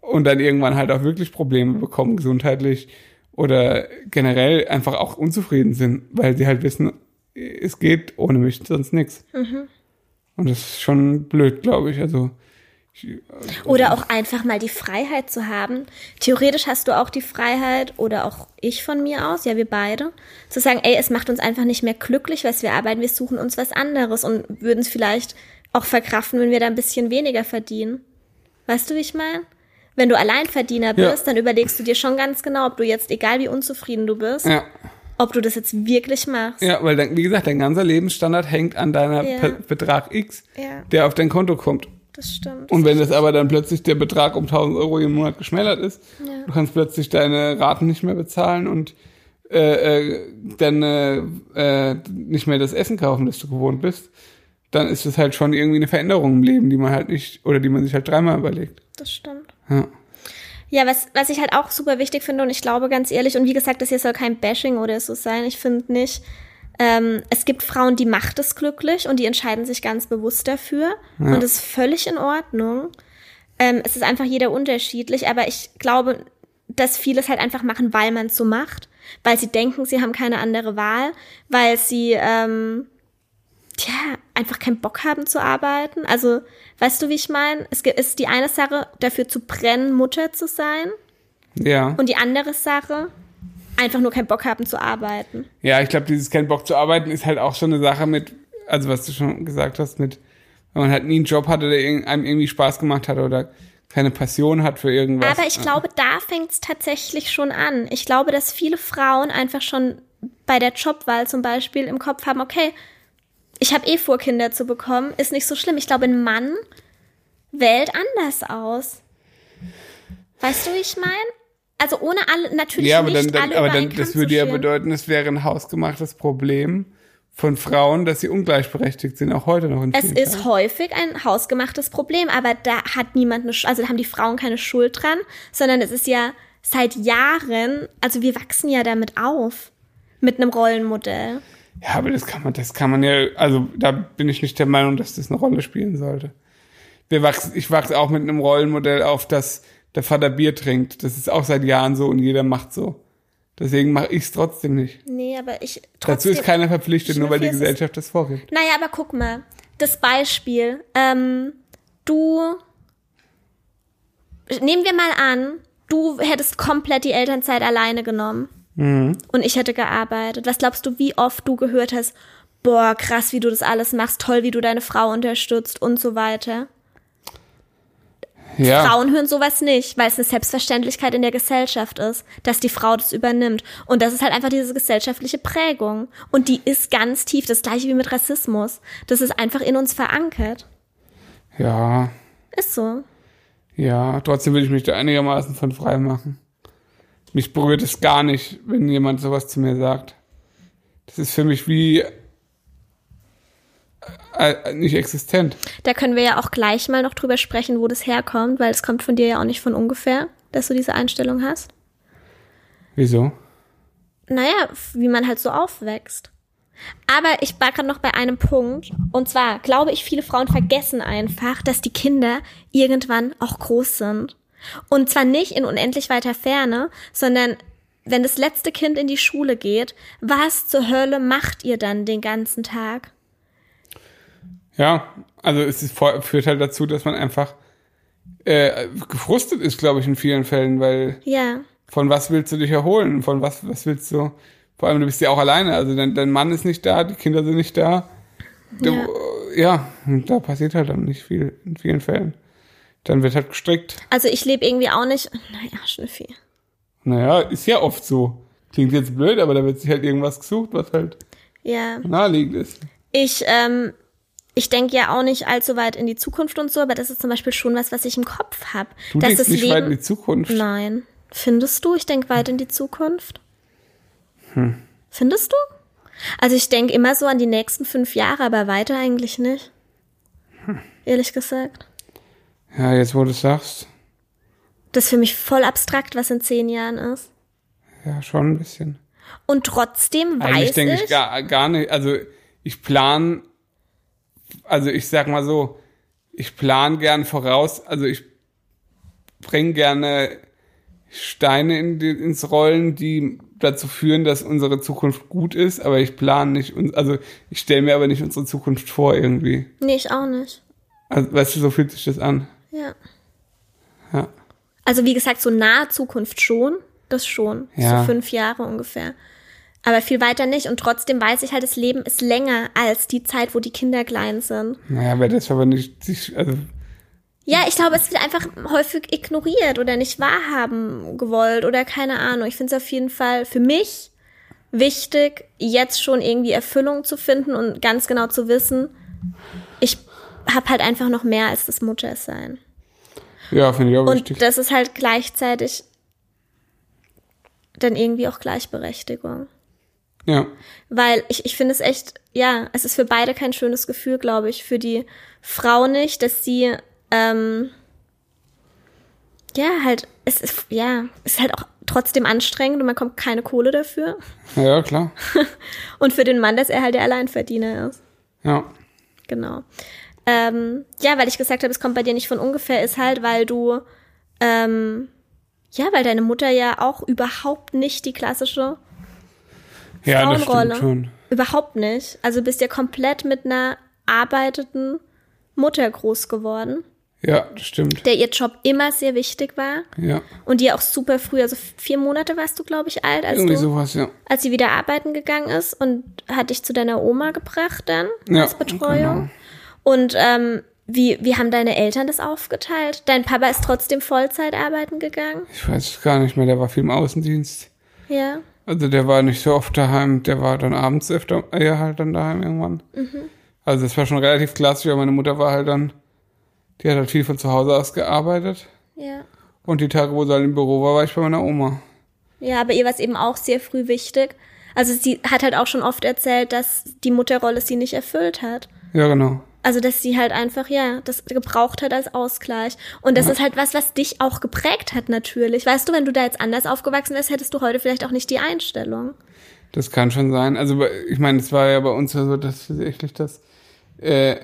Und dann irgendwann halt auch wirklich Probleme bekommen, gesundheitlich oder generell einfach auch unzufrieden sind, weil sie halt wissen, es geht ohne mich sonst nichts. Und das ist schon blöd, glaube ich. Also, Mhm.
Oder auch einfach mal die Freiheit zu haben. Theoretisch hast du auch die Freiheit oder auch ich von mir aus, ja wir beide, zu sagen, ey, es macht uns einfach nicht mehr glücklich, was wir arbeiten, wir suchen uns was anderes und würden es vielleicht auch verkraften, wenn wir da ein bisschen weniger verdienen. Weißt du, wie ich meine? Wenn du Alleinverdiener
Ja.
bist, dann überlegst du dir schon ganz genau, ob du jetzt, egal wie unzufrieden du bist,
ja.
ob du das jetzt wirklich machst.
Ja, weil dann, wie gesagt, dein ganzer Lebensstandard hängt an deiner
Ja.
Pe- Betrag X,
Ja.
der auf dein Konto kommt.
Das stimmt.
Und wenn das aber dann plötzlich der Betrag um 1000 Euro im Monat geschmälert ist,
Ja.
du kannst plötzlich deine Raten nicht mehr bezahlen und äh, äh, deine, äh, nicht mehr das Essen kaufen, das du gewohnt bist, dann ist das halt schon irgendwie eine Veränderung im Leben, die man halt nicht, oder die man sich halt dreimal überlegt.
das stimmt.
Ja.
Ja, was, was ich halt auch super wichtig finde und ich glaube ganz ehrlich, und wie gesagt, das hier soll kein Bashing oder so sein, ich finde nicht. Ähm, es gibt Frauen, die macht es glücklich und die entscheiden sich ganz bewusst dafür und das ist völlig in Ordnung. Ähm, es ist einfach jeder unterschiedlich, aber ich glaube, dass viele es halt einfach machen, weil man es so macht, weil sie denken, sie haben keine andere Wahl, weil sie ähm, tja, einfach keinen Bock haben zu arbeiten. Also, weißt du, wie ich meine? Es ge- ist die eine Sache, dafür zu brennen, Mutter zu sein.
Ja.
Und die andere Sache, einfach nur keinen Bock haben zu arbeiten.
Ja, ich glaube, dieses kein Bock zu arbeiten ist halt auch schon eine Sache mit, also was du schon gesagt hast, mit, wenn man halt nie einen Job hatte, der irg- einem irgendwie Spaß gemacht hat oder keine Passion hat für irgendwas.
Aber ich glaube, da fängt es tatsächlich schon an. Ich glaube, dass viele Frauen einfach schon bei der Jobwahl zum Beispiel im Kopf haben, okay, ich habe eh vor, Kinder zu bekommen, ist nicht so schlimm. Ich glaube, ein Mann wählt anders aus. Weißt du, wie ich meine? Also ohne alle, natürlich
Ja, aber
nicht
dann, dann
alle
aber
über
dann
einen
das
Kamm
würde
zu
ja
scheren.
bedeuten, es wäre ein hausgemachtes Problem von Frauen, dass sie ungleichberechtigt sind, auch heute noch in
Es
vielen
ist
Fällen.
häufig ein hausgemachtes Problem, aber da hat niemand eine, Sch- also da haben die Frauen keine Schuld dran, sondern es ist ja seit Jahren, also wir wachsen ja damit auf mit einem Rollenmodell.
Ja, aber das kann man, das kann man ja, also da bin ich nicht der Meinung, dass das eine Rolle spielen sollte. Wir wachsen, ich wachse auch mit einem Rollenmodell auf, dass der Vater Bier trinkt. Das ist auch seit Jahren so und jeder macht so. Deswegen mache ich es trotzdem nicht.
Nee, aber ich
Dazu
trotzdem.
ist keiner verpflichtet, nur weil die
Schnüffi, es ist-
Gesellschaft das vorgibt.
naja, aber guck mal, das Beispiel. Ähm, du nehmen wir mal an, du hättest komplett die Elternzeit alleine genommen und ich hätte gearbeitet. Was glaubst du, wie oft du gehört hast, boah, krass, wie du das alles machst, toll, wie du deine Frau unterstützt und so weiter.
Ja.
Frauen hören sowas nicht, weil es eine Selbstverständlichkeit in der Gesellschaft ist, dass die Frau das übernimmt. Und das ist halt einfach diese gesellschaftliche Prägung. Und die ist ganz tief, das gleiche wie mit Rassismus. Das ist einfach in uns verankert.
Ja,
Ist so.
ja. Trotzdem will ich mich da einigermaßen von frei machen. Mich berührt es gar nicht, wenn jemand sowas zu mir sagt. Das ist für mich wie äh, äh, nicht existent.
Da können wir ja auch gleich mal noch drüber sprechen, wo das herkommt, weil es kommt von dir ja auch nicht von ungefähr, dass du diese Einstellung hast.
Wieso?
naja, f- wie man halt so aufwächst. Aber ich war gerade noch bei einem Punkt. Und zwar glaube ich, viele Frauen vergessen einfach, dass die Kinder irgendwann auch groß sind. Und zwar nicht in unendlich weiter Ferne, sondern wenn das letzte Kind in die Schule geht, was zur Hölle macht ihr dann den ganzen Tag?
Ja, also es ist, vor- führt halt dazu, dass man einfach äh, gefrustet ist, glaube ich, in vielen Fällen, weil
Ja.
von was willst du dich erholen? Von was, was willst du? Vor allem, du bist ja auch alleine. Also dein, dein Mann ist nicht da, die Kinder sind nicht da. Du,
Ja.
ja, und da passiert halt dann nicht viel in vielen Fällen. Dann wird halt gestrickt.
Also ich lebe irgendwie auch nicht. Naja, Schnüffi.
Naja, ist ja oft so. Klingt jetzt blöd, aber da wird sich halt irgendwas gesucht, was halt
Ja.
naheliegend ist.
ich, ähm, ich denke ja auch nicht allzu weit in die Zukunft und so, aber das ist zum Beispiel schon was, was ich im Kopf habe.
Du
Dass
denkst
das
nicht
Leben.
weit in die Zukunft.
Nein. Findest du, ich denke weit in die Zukunft?
Hm.
Findest du? Also ich denke immer so an die nächsten fünf Jahre, aber weiter eigentlich nicht.
Hm.
Ehrlich gesagt.
Ja, jetzt wo du es sagst,
Das ist für mich voll abstrakt, was in zehn Jahren ist.
ja, schon ein bisschen.
Und trotzdem weiß
Eigentlich denke ich
ich
gar, gar nicht. Also ich plan, also ich sag mal so, ich plan gern voraus, also ich bringe gerne Steine in die, ins Rollen, die dazu führen, dass unsere Zukunft gut ist, aber ich plan nicht, uns- also ich stelle mir aber nicht unsere Zukunft vor irgendwie.
Nee, ich auch nicht.
Also, weißt du, so fühlt sich das an.
Ja.
Ja.
Also wie gesagt, so nahe Zukunft schon, das schon,
Ja.
so fünf Jahre ungefähr. Aber viel weiter nicht. Und trotzdem weiß ich halt, das Leben ist länger als die Zeit, wo die Kinder klein sind.
Naja, wer das aber nicht, sich- also
Ja, ich glaube, es wird einfach häufig ignoriert oder nicht wahrhaben gewollt oder keine Ahnung. Ich finde es auf jeden Fall für mich wichtig, jetzt schon irgendwie Erfüllung zu finden und ganz genau zu wissen, ich habe halt einfach noch mehr als das Muttersein.
ja, finde ich auch wichtig.
Und das ist halt gleichzeitig dann irgendwie auch Gleichberechtigung.
Ja.
Weil ich, ich finde es echt, ja, es ist für beide kein schönes Gefühl, glaube ich. Für die Frau nicht, dass sie, ähm, ja, halt, es ist, ja, ist halt auch trotzdem anstrengend und man kommt keine Kohle dafür.
ja, klar.
Und für den Mann, dass er halt der Alleinverdiener ist.
Ja.
Genau. Ähm, ja, weil ich gesagt habe, es kommt bei dir nicht von ungefähr, ist halt, weil du, ähm, ja, weil deine Mutter ja auch überhaupt nicht die klassische,
Ja, das
Frauenrolle.
stimmt schon.
überhaupt nicht. Also bist ja komplett mit einer arbeiteten Mutter groß geworden,
Ja, das stimmt.
der ihr Job immer sehr wichtig war
Ja.
und die ja auch super früh, also vier Monate warst du, glaube ich, alt, als
Irgendwie
du,
sowas, ja.
als sie wieder arbeiten gegangen ist und hat dich zu deiner Oma gebracht dann
Ja,
als Betreuung. Und ähm, wie, wie haben deine Eltern das aufgeteilt? Dein Papa ist trotzdem Vollzeit arbeiten gegangen?
Ich weiß es gar nicht mehr, der war viel im Außendienst.
Ja.
Also der war nicht so oft daheim, der war dann abends öfter, ja, halt dann daheim irgendwann.
Mhm.
Also das war schon relativ klassisch, aber meine Mutter war halt dann, die hat halt viel von zu Hause aus gearbeitet.
Ja.
Und die Tage, wo sie halt im Büro war, war ich bei meiner Oma.
Ja, aber ihr war es eben auch sehr früh wichtig. Also sie hat halt auch schon oft erzählt, dass die Mutterrolle sie nicht erfüllt hat.
Ja, genau.
Also dass sie halt einfach, ja, das gebraucht hat als Ausgleich. Und das ist halt was, was dich auch geprägt hat natürlich. Weißt du, wenn du da jetzt anders aufgewachsen wärst, hättest du heute vielleicht auch nicht die Einstellung.
Das kann schon sein. Also bei- ich meine, es war ja bei uns ja so, dass tatsächlich das, äh,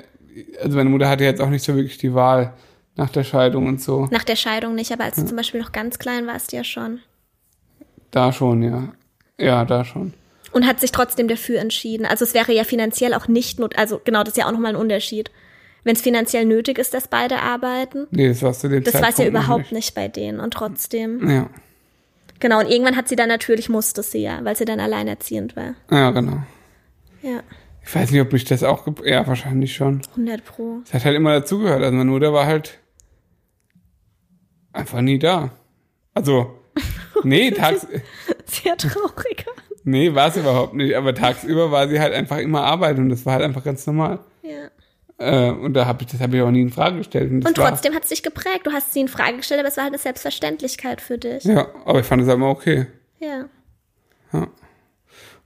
also meine Mutter hatte jetzt auch nicht so wirklich die Wahl nach der Scheidung und so.
Nach der Scheidung nicht, aber als
Hm.
du zum Beispiel noch ganz klein warst, ja schon.
Da schon, ja. Ja, da schon.
Und hat sich trotzdem dafür entschieden. Also es wäre ja finanziell auch nicht not, also genau, das ist ja auch nochmal ein Unterschied. wenn es finanziell nötig ist, dass beide arbeiten.
Nee, das warst du dem
Das war es
Zeitpunkt
ja
noch
überhaupt nicht. bei denen und trotzdem.
Ja.
Genau, und irgendwann hat sie dann natürlich, musste sie ja, weil sie dann alleinerziehend war.
ja, genau.
Ja,
Ich weiß nicht, ob mich das auch. gep- Ja, wahrscheinlich schon.
100 Pro.
Das hat halt immer dazugehört. Also meine Mutter war halt einfach nie da.
<laughs>
Also, nee, tags,
<laughs> Sehr traurig.
nee, war es überhaupt nicht. Aber tagsüber war sie halt einfach immer arbeiten und das war halt einfach ganz normal.
Ja.
Äh, und da habe ich, das habe ich auch nie in Frage gestellt. das
Und
war-
trotzdem hat es dich geprägt. Du hast sie in Frage gestellt, aber es war halt eine Selbstverständlichkeit für dich. Ja.
Ja, aber ich fand es immer okay.
ja.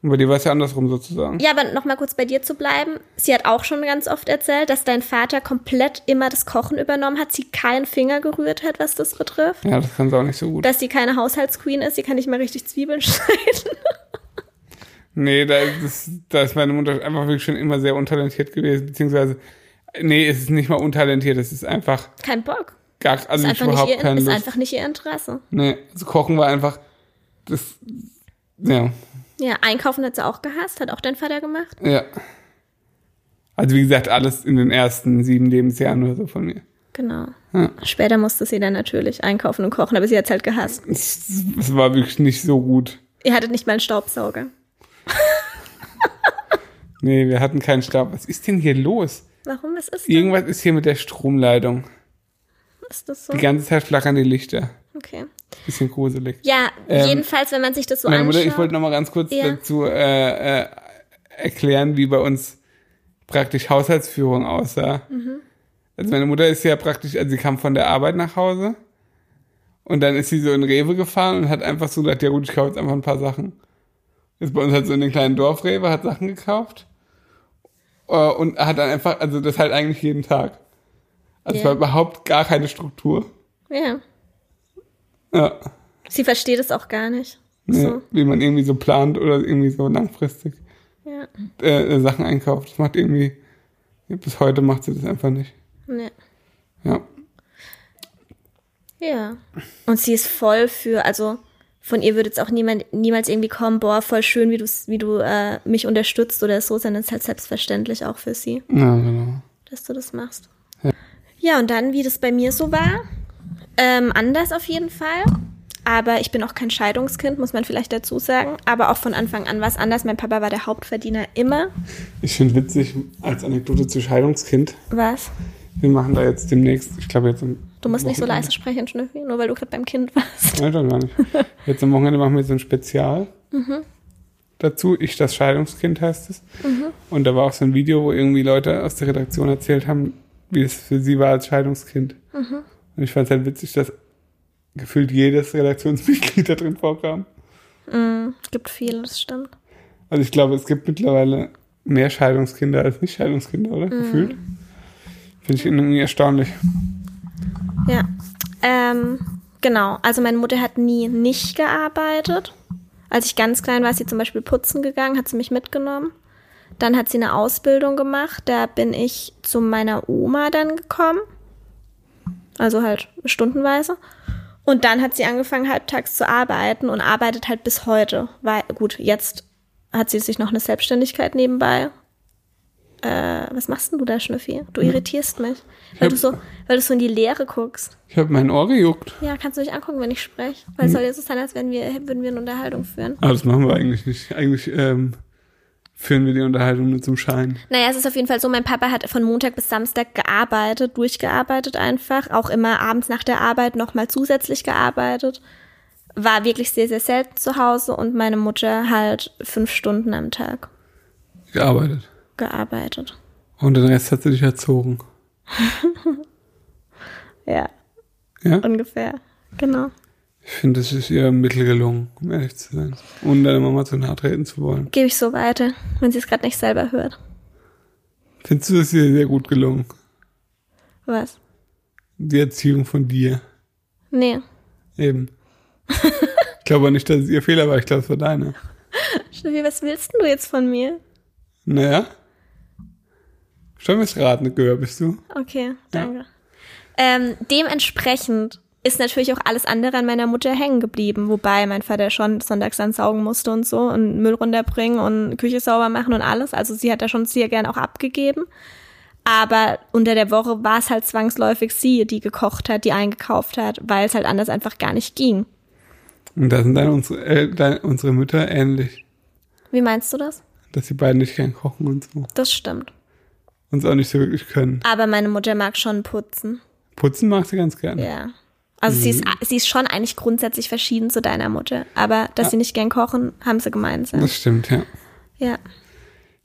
Und bei dir war es ja andersrum sozusagen.
Ja, aber nochmal kurz bei dir zu bleiben. Sie hat auch schon ganz oft erzählt, dass dein Vater komplett immer das Kochen übernommen hat, sie keinen Finger gerührt hat, was das betrifft.
Ja, das kann sie auch nicht so gut.
Dass sie keine Haushaltsqueen ist, sie kann nicht mal richtig Zwiebeln <laughs> schneiden.
Nee, da ist, es- da ist meine Mutter einfach wirklich schon immer sehr untalentiert gewesen, beziehungsweise, nee, es ist nicht mal untalentiert, es ist einfach
Kein Bock.
gar, also
Ist,
ich
einfach nicht,
überhaupt
ihr,
keine
ist
Lust.
einfach nicht ihr Interesse.
Nee, also Kochen war einfach, das, ja,
Ja, einkaufen hat sie auch gehasst, hat auch dein Vater gemacht.
ja. Also wie gesagt, alles in den ersten sieben Lebensjahren oder so von mir.
Genau.
Ja.
Später musste sie dann natürlich einkaufen und kochen, aber sie hat es halt gehasst.
Es, es war wirklich nicht so gut.
Ihr hattet nicht mal einen Staubsauger.
Nee, wir hatten keinen Stab. Was ist denn hier los?
Warum? Was ist, denn?
Irgendwas ist hier mit der Stromleitung.
ist das so?
Die ganze Zeit flackern die Lichter.
Okay.
Bisschen gruselig.
Ja,
Ähm,
jedenfalls, wenn man sich das so
Meine Mutter,
anschaut.
ich wollte noch mal ganz kurz
Ja.
dazu äh, äh, erklären, wie bei uns praktisch Haushaltsführung aussah.
Mhm.
Also meine Mutter ist ja praktisch, also sie kam von der Arbeit nach Hause und dann ist sie so in Rewe gefahren und hat einfach so gedacht, ja gut, ich kaufe jetzt einfach ein paar Sachen. Ist bei uns halt so in den kleinen Dorfrewe, hat Sachen gekauft äh, und hat dann einfach, also das halt eigentlich jeden Tag. Also es
Ja.
war überhaupt gar keine Struktur.
ja.
Ja.
Sie versteht es auch gar nicht.
Nee,
So,
Wie man irgendwie so plant oder irgendwie so langfristig.
ja.
äh, äh, Sachen einkauft. Das macht irgendwie, bis heute macht sie das einfach nicht.
Nee.
Ja.
Ja. Und sie ist voll für, also von ihr würde jetzt auch niemand niemals irgendwie kommen, boah, voll schön, wie du wie du äh, mich unterstützt oder so, sondern es ist halt selbstverständlich auch für sie,
Ja, genau.
dass du das machst. Ja, und dann, wie das bei mir so war, ähm, anders auf jeden Fall. Aber ich bin auch kein Scheidungskind, muss man vielleicht dazu sagen. Aber auch von Anfang an war es anders. Mein Papa war der Hauptverdiener immer.
Ich finde witzig, als Anekdote zu Scheidungskind,
Was?
wir machen da jetzt demnächst, ich glaube jetzt am
Du musst nicht so
Wochenende-
leise sprechen, Schnüffi, nur weil du gerade beim Kind warst.
Nein, doch
<laughs>
gar nicht. Jetzt am Wochenende machen wir so ein Spezial
Mhm.
dazu. Ich das Scheidungskind heißt es.
Mhm.
Und da war auch so ein Video, wo irgendwie Leute aus der Redaktion erzählt haben, wie es für sie war als Scheidungskind.
Mhm.
Und ich fand es halt witzig, dass gefühlt jedes Redaktionsmitglied da drin vorkam.
Gibt viele, das stimmt.
Also ich glaube, es gibt mittlerweile mehr Scheidungskinder als Nicht-Scheidungskinder, oder? Gefühlt. Finde ich irgendwie erstaunlich.
Ja. Ähm, genau. Also meine Mutter hat nie nicht gearbeitet. Als ich ganz klein war, ist sie zum Beispiel putzen gegangen, hat sie mich mitgenommen. Dann hat sie eine Ausbildung gemacht. Da bin ich zu meiner Oma dann gekommen. Also halt stundenweise. Und dann hat sie angefangen, halbtags zu arbeiten und arbeitet halt bis heute. Weil, gut, jetzt hat sie sich noch eine Selbstständigkeit nebenbei. Äh, was machst denn du da, Schnüffi? Du irritierst mich. Weil du, so, weil du so in die Leere guckst.
Ich habe mein Ohr gejuckt.
Ja, kannst du nicht angucken, wenn ich spreche. Weil es soll jetzt so sein, als wenn wir, würden wir eine Unterhaltung führen.
Aber das machen wir eigentlich nicht. Eigentlich ähm, führen wir die Unterhaltung nur zum Schein.
Naja, es ist auf jeden Fall so, mein Papa hat von Montag bis Samstag gearbeitet, durchgearbeitet einfach, auch immer abends nach der Arbeit nochmal zusätzlich gearbeitet, war wirklich sehr, sehr selten zu Hause und meine Mutter halt fünf Stunden am Tag
Gearbeitet.
gearbeitet.
Und den Rest hat sie dich erzogen.
Ja,
Ja?
ungefähr. Genau.
Ich finde, es ist ihr Mittel gelungen, um ehrlich zu sein. Ohne deiner Mama zu nahe treten zu wollen.
Gebe ich so weiter, wenn sie es gerade nicht selber hört.
Findest du es ihr sehr gut gelungen?
Was?
Die Erziehung von dir.
Nee,
Eben. ich glaube nicht, dass es ihr Fehler war. Ich glaube, es war deiner.
Steffi, was willst denn du jetzt von mir?
Naja. Schon missraten gehört bist du.
Okay, danke. Ähm, dementsprechend ist natürlich auch alles andere an meiner Mutter hängen geblieben, wobei mein Vater schon sonntags dann saugen musste und so und Müll runterbringen und Küche sauber machen und alles. Also sie hat da schon sehr gern auch abgegeben. Aber unter der Woche war es halt zwangsläufig sie, die gekocht hat, die eingekauft hat, weil es halt anders einfach gar nicht ging.
Und da sind dann unsere, äh, dann unsere Mütter ähnlich,
Wie meinst du das?
dass die beiden nicht gern kochen und so.
Das stimmt.
Und es auch nicht so wirklich können.
Aber meine Mutter mag schon putzen.
Putzen mag sie ganz gern.
Ja. Also sie,
Mhm.
ist, sie ist schon eigentlich grundsätzlich verschieden zu deiner Mutter. Aber dass sie nicht gern kochen, haben sie gemeinsam.
Das stimmt, ja.
Ja,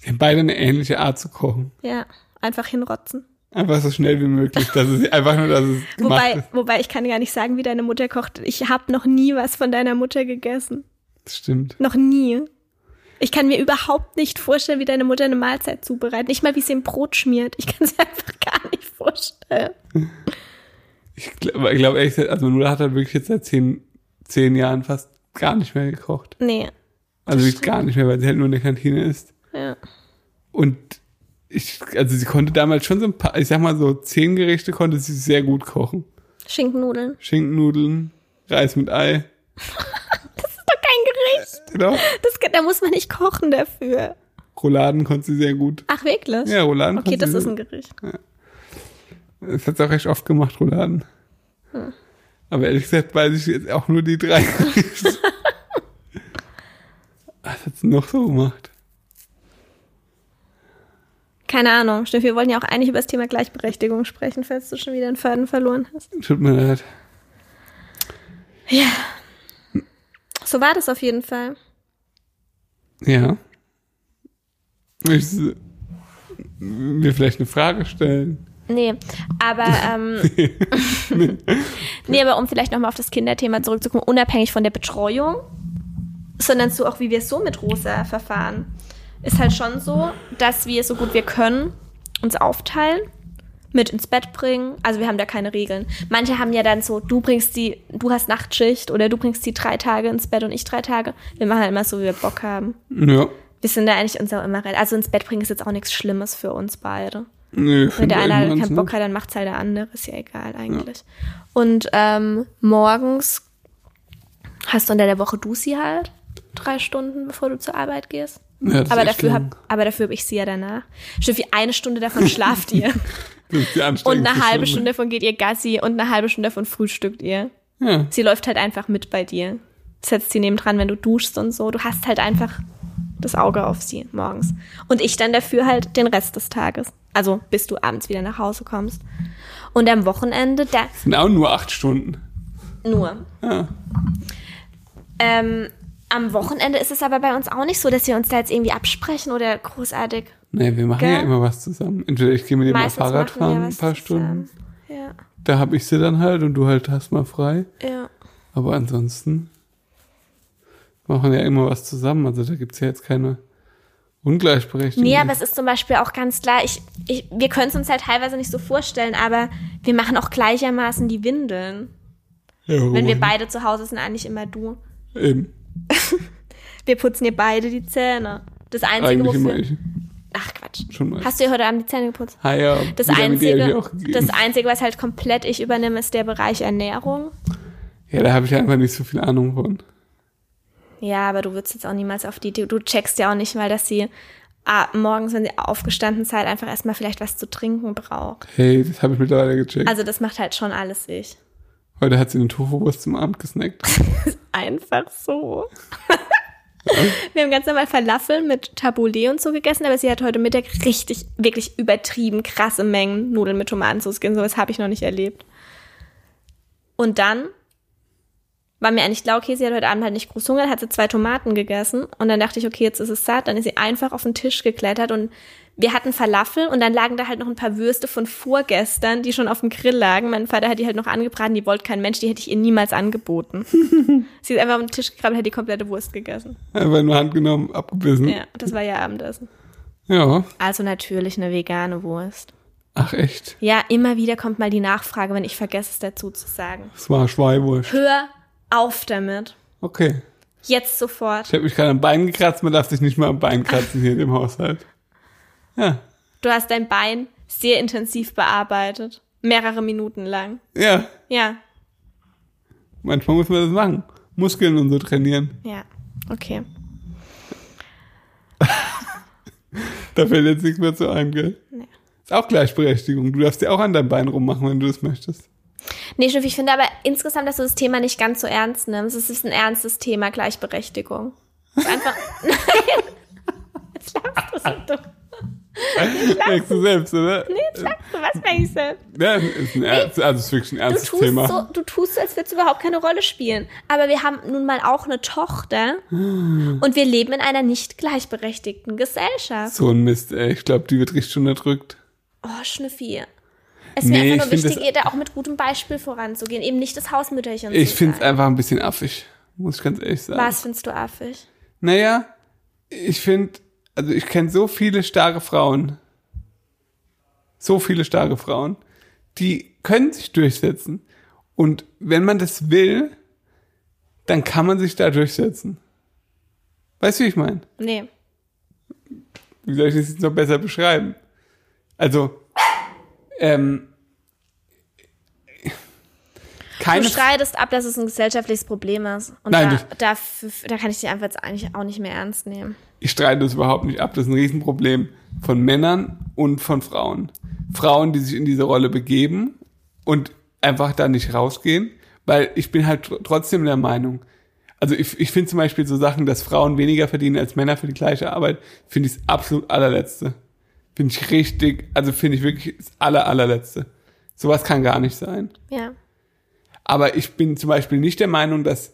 Sie haben beide eine ähnliche Art zu kochen.
ja. Einfach hinrotzen.
Einfach so schnell wie möglich, dass es <laughs> einfach nur, dass es gemacht
Wobei,
ist.
wobei ich kann gar nicht sagen, wie deine Mutter kocht. Ich habe noch nie was von deiner Mutter gegessen.
Das stimmt.
Noch nie. Ich kann mir überhaupt nicht vorstellen, wie deine Mutter eine Mahlzeit zubereitet. Nicht mal, wie sie ein Brot schmiert. Ich kann es <laughs> einfach gar nicht vorstellen.
Ich glaube ich glaub ehrlich gesagt, also Nula hat halt wirklich jetzt seit zehn, zehn Jahren fast gar nicht mehr gekocht.
Nee.
Also wirklich gar nicht mehr, weil sie halt nur in der Kantine ist.
Ja.
Und ich, also sie konnte damals schon so ein paar, ich sag mal so zehn Gerichte konnte sie sehr gut kochen.
Schinkennudeln.
Schinkennudeln, Reis mit Ei,
Das ist doch kein Gericht.
genau.
Das, kann- da muss man nicht kochen dafür.
Rouladen konnte sie sehr gut.
Ach, wirklich?
Ja, Also, Rouladen
Okay,
konnte
das
sie
ist ein Gericht.
Das hat sie auch recht oft gemacht, Rouladen.
Hm.
Aber ehrlich gesagt weiß ich jetzt auch nur
<laughs>
die drei. Was hat sie noch so gemacht?
Keine Ahnung. Stimmt, wir wollten ja auch eigentlich über das Thema Gleichberechtigung sprechen, falls du schon wieder einen Faden verloren hast.
Tut mir leid.
So war das auf jeden Fall.
Ja. Möchtest du mir vielleicht eine Frage stellen?
Nee, aber ähm, <laughs> nee, aber um vielleicht nochmal auf das Kinderthema zurückzukommen, unabhängig von der Betreuung, sondern so auch wie wir so mit Rosa verfahren, ist halt schon so, dass wir so gut wir können uns aufteilen, mit ins Bett bringen. Also wir haben da keine Regeln. Manche haben ja dann so, du bringst die, du hast Nachtschicht oder du bringst die drei Tage ins Bett und ich drei Tage. Wir machen halt immer so, wie wir Bock haben.
Ja.
Wir sind da eigentlich uns auch immer rein. Also ins Bett bringen ist jetzt auch nichts Schlimmes für uns beide.
Nee, ich
Wenn
find
der eine
irgendwie
halt
ganz
keinen Bock
nett.
hat, dann macht's halt der andere. Ist ja egal eigentlich. Und ähm, morgens hast du unter der Woche du sie halt drei Stunden, bevor du zur Arbeit gehst.
Ja, das
Aber
ist echt
dafür,
lang.
hab, aber dafür hab ich sie ja danach. Steffi, eine Stunde davon schlaft
<laughs>
ihr.
Das ist die
und
anstrengendste
eine halbe Stunde davon geht ihr Gassi und eine halbe Stunde davon frühstückt ihr.
Ja.
Sie läuft halt einfach mit bei dir. Setzt sie nebendran, wenn du duschst und so. Du hast halt einfach das Auge auf sie morgens. Und ich dann dafür halt den Rest des Tages. Also bis du abends wieder nach Hause kommst. Und am Wochenende, da
Sind auch nur acht Stunden.
nur.
Ja.
Ähm, am Wochenende ist es aber bei uns auch nicht so, dass wir uns da jetzt irgendwie absprechen oder großartig.
Nee, wir machen ja
Gell?
immer was zusammen. Entweder ich gehe mit dir mal
Meistens machen wir
Fahrrad fahren, ein
was
paar Stunden.
zusammen. Ja,
Da hab ich sie dann halt und du halt hast mal frei.
ja.
Aber ansonsten machen ja immer was zusammen. Also da gibt's ja jetzt keine Ungleichberechtigung.
Nee, aber es ist zum Beispiel auch ganz klar, ich, ich, wir können es uns halt teilweise nicht so vorstellen, aber wir machen auch gleichermaßen die Windeln.
ja,
Wenn wir beide zu Hause sind, eigentlich immer du.
Eben,
Wir putzen dir beide die Zähne. Das Einzige,
eigentlich immer
wofür...
ich.
Ach Quatsch.
Schon mal.
Hast du ihr heute Abend die Zähne geputzt?
ah, ja,
Das
wieder mit dir hab ich
Einzige,
auch gegeben.
das Einzige, was halt komplett ich übernehme, ist der Bereich Ernährung.
ja, da habe ich einfach nicht so viel Ahnung von.
Ja, aber du würdest jetzt auch niemals auf die Idee... Du checkst ja auch nicht mal, dass sie ah, morgens, wenn sie aufgestanden ist, halt einfach erstmal vielleicht was zu trinken braucht.
Hey, das habe ich mittlerweile gecheckt.
Also das macht halt schon alles ich.
Heute hat sie eine Tofu-Wurst zum Abend gesnackt.
Einfach so. Wir haben ganz normal Falafel mit Tabbouleh und so gegessen, aber sie hat heute Mittag richtig, wirklich übertrieben krasse Mengen Nudeln mit Tomatensauce gegessen. Sowas habe ich noch nicht erlebt. Und dann war mir eigentlich klar, okay, sie hat heute Abend halt nicht groß Hunger, dann hat sie zwei Tomaten gegessen und dann dachte ich, okay, jetzt ist es satt. Dann ist sie einfach auf den Tisch geklettert und wir hatten Falafel und dann lagen da halt noch ein paar Würste von vorgestern, die schon auf dem Grill lagen. Mein Vater hat die halt noch angebraten, die wollte kein Mensch, die hätte ich ihr niemals angeboten. sie ist einfach auf den Tisch gekrabbelt, hat die komplette Wurst gegessen.
Einfach nur handgenommen, abgebissen.
Ja, das war ja Abendessen.
ja.
Hm. Also natürlich eine vegane Wurst.
Ach echt,
Ja, immer wieder kommt mal die Nachfrage, wenn ich vergesse es dazu zu sagen.
das war Schweiwurst.
Hör auf damit.
Okay.
Jetzt sofort.
Ich habe mich gerade am Bein gekratzt, man darf sich nicht mal am Bein kratzen hier in dem Haushalt. Ja,
Du hast dein Bein sehr intensiv bearbeitet. Mehrere Minuten lang.
ja,
Ja,
manchmal muss man das machen. Muskeln und so trainieren.
ja. Okay.
Da fällt jetzt nichts mehr zu ein, gell?
Nee.
Ist auch Gleichberechtigung. Du darfst dir auch an deinem Bein rummachen, wenn du das möchtest.
Nee, Schiff, ich finde aber insgesamt, dass du das Thema nicht ganz so ernst nimmst. Es ist ein ernstes Thema, Gleichberechtigung. Es ist einfach. <laughs> Nein! Jetzt lachst du so dumm.
Merkst du selbst, oder?
Nee, jetzt lachst du, was merke ich selbst?
Ja, ist ein ernst, also ist wirklich ein
Du
ernstes
tust,
Thema.
so, du tust so, als würdest du überhaupt keine Rolle spielen. Aber wir haben nun mal auch eine Tochter
Ah.
und wir leben in einer nicht gleichberechtigten Gesellschaft.
So ein Mist, ey. Ich glaube, die wird richtig unterdrückt.
Oh, Schnüffi. Es
Nee,
wäre
ich
einfach nur
find
wichtig,
das-
ihr da auch mit gutem Beispiel voranzugehen, eben nicht das Hausmütterchen
Ich äh,
zu sein.
finde es einfach ein bisschen affig, muss ich ganz ehrlich sagen.
Was findest du affig?
Naja, ich finde, also ich kenne so viele starke Frauen. So viele starke Frauen. Die können sich durchsetzen. Und wenn man das will, dann kann man sich da durchsetzen. Weißt du, wie ich meine?
Nee.
Wie soll ich das jetzt noch besser beschreiben? Also, ähm,
Du
keine
streitest ab, dass es ein gesellschaftliches Problem ist. Und
Nein,
da, dafür, da kann ich dich einfach jetzt eigentlich auch nicht mehr ernst nehmen.
ich streite das überhaupt nicht ab. Das ist ein Riesenproblem von Männern und von Frauen. Frauen, die sich in diese Rolle begeben und einfach da nicht rausgehen, weil ich bin halt tr- trotzdem der Meinung, also ich, ich finde zum Beispiel so Sachen, dass Frauen weniger verdienen als Männer für die gleiche Arbeit, finde ich das absolut allerletzte. Finde ich richtig, also finde ich wirklich das aller, allerletzte. Sowas kann gar nicht sein.
Ja.
Aber ich bin zum Beispiel nicht der Meinung, dass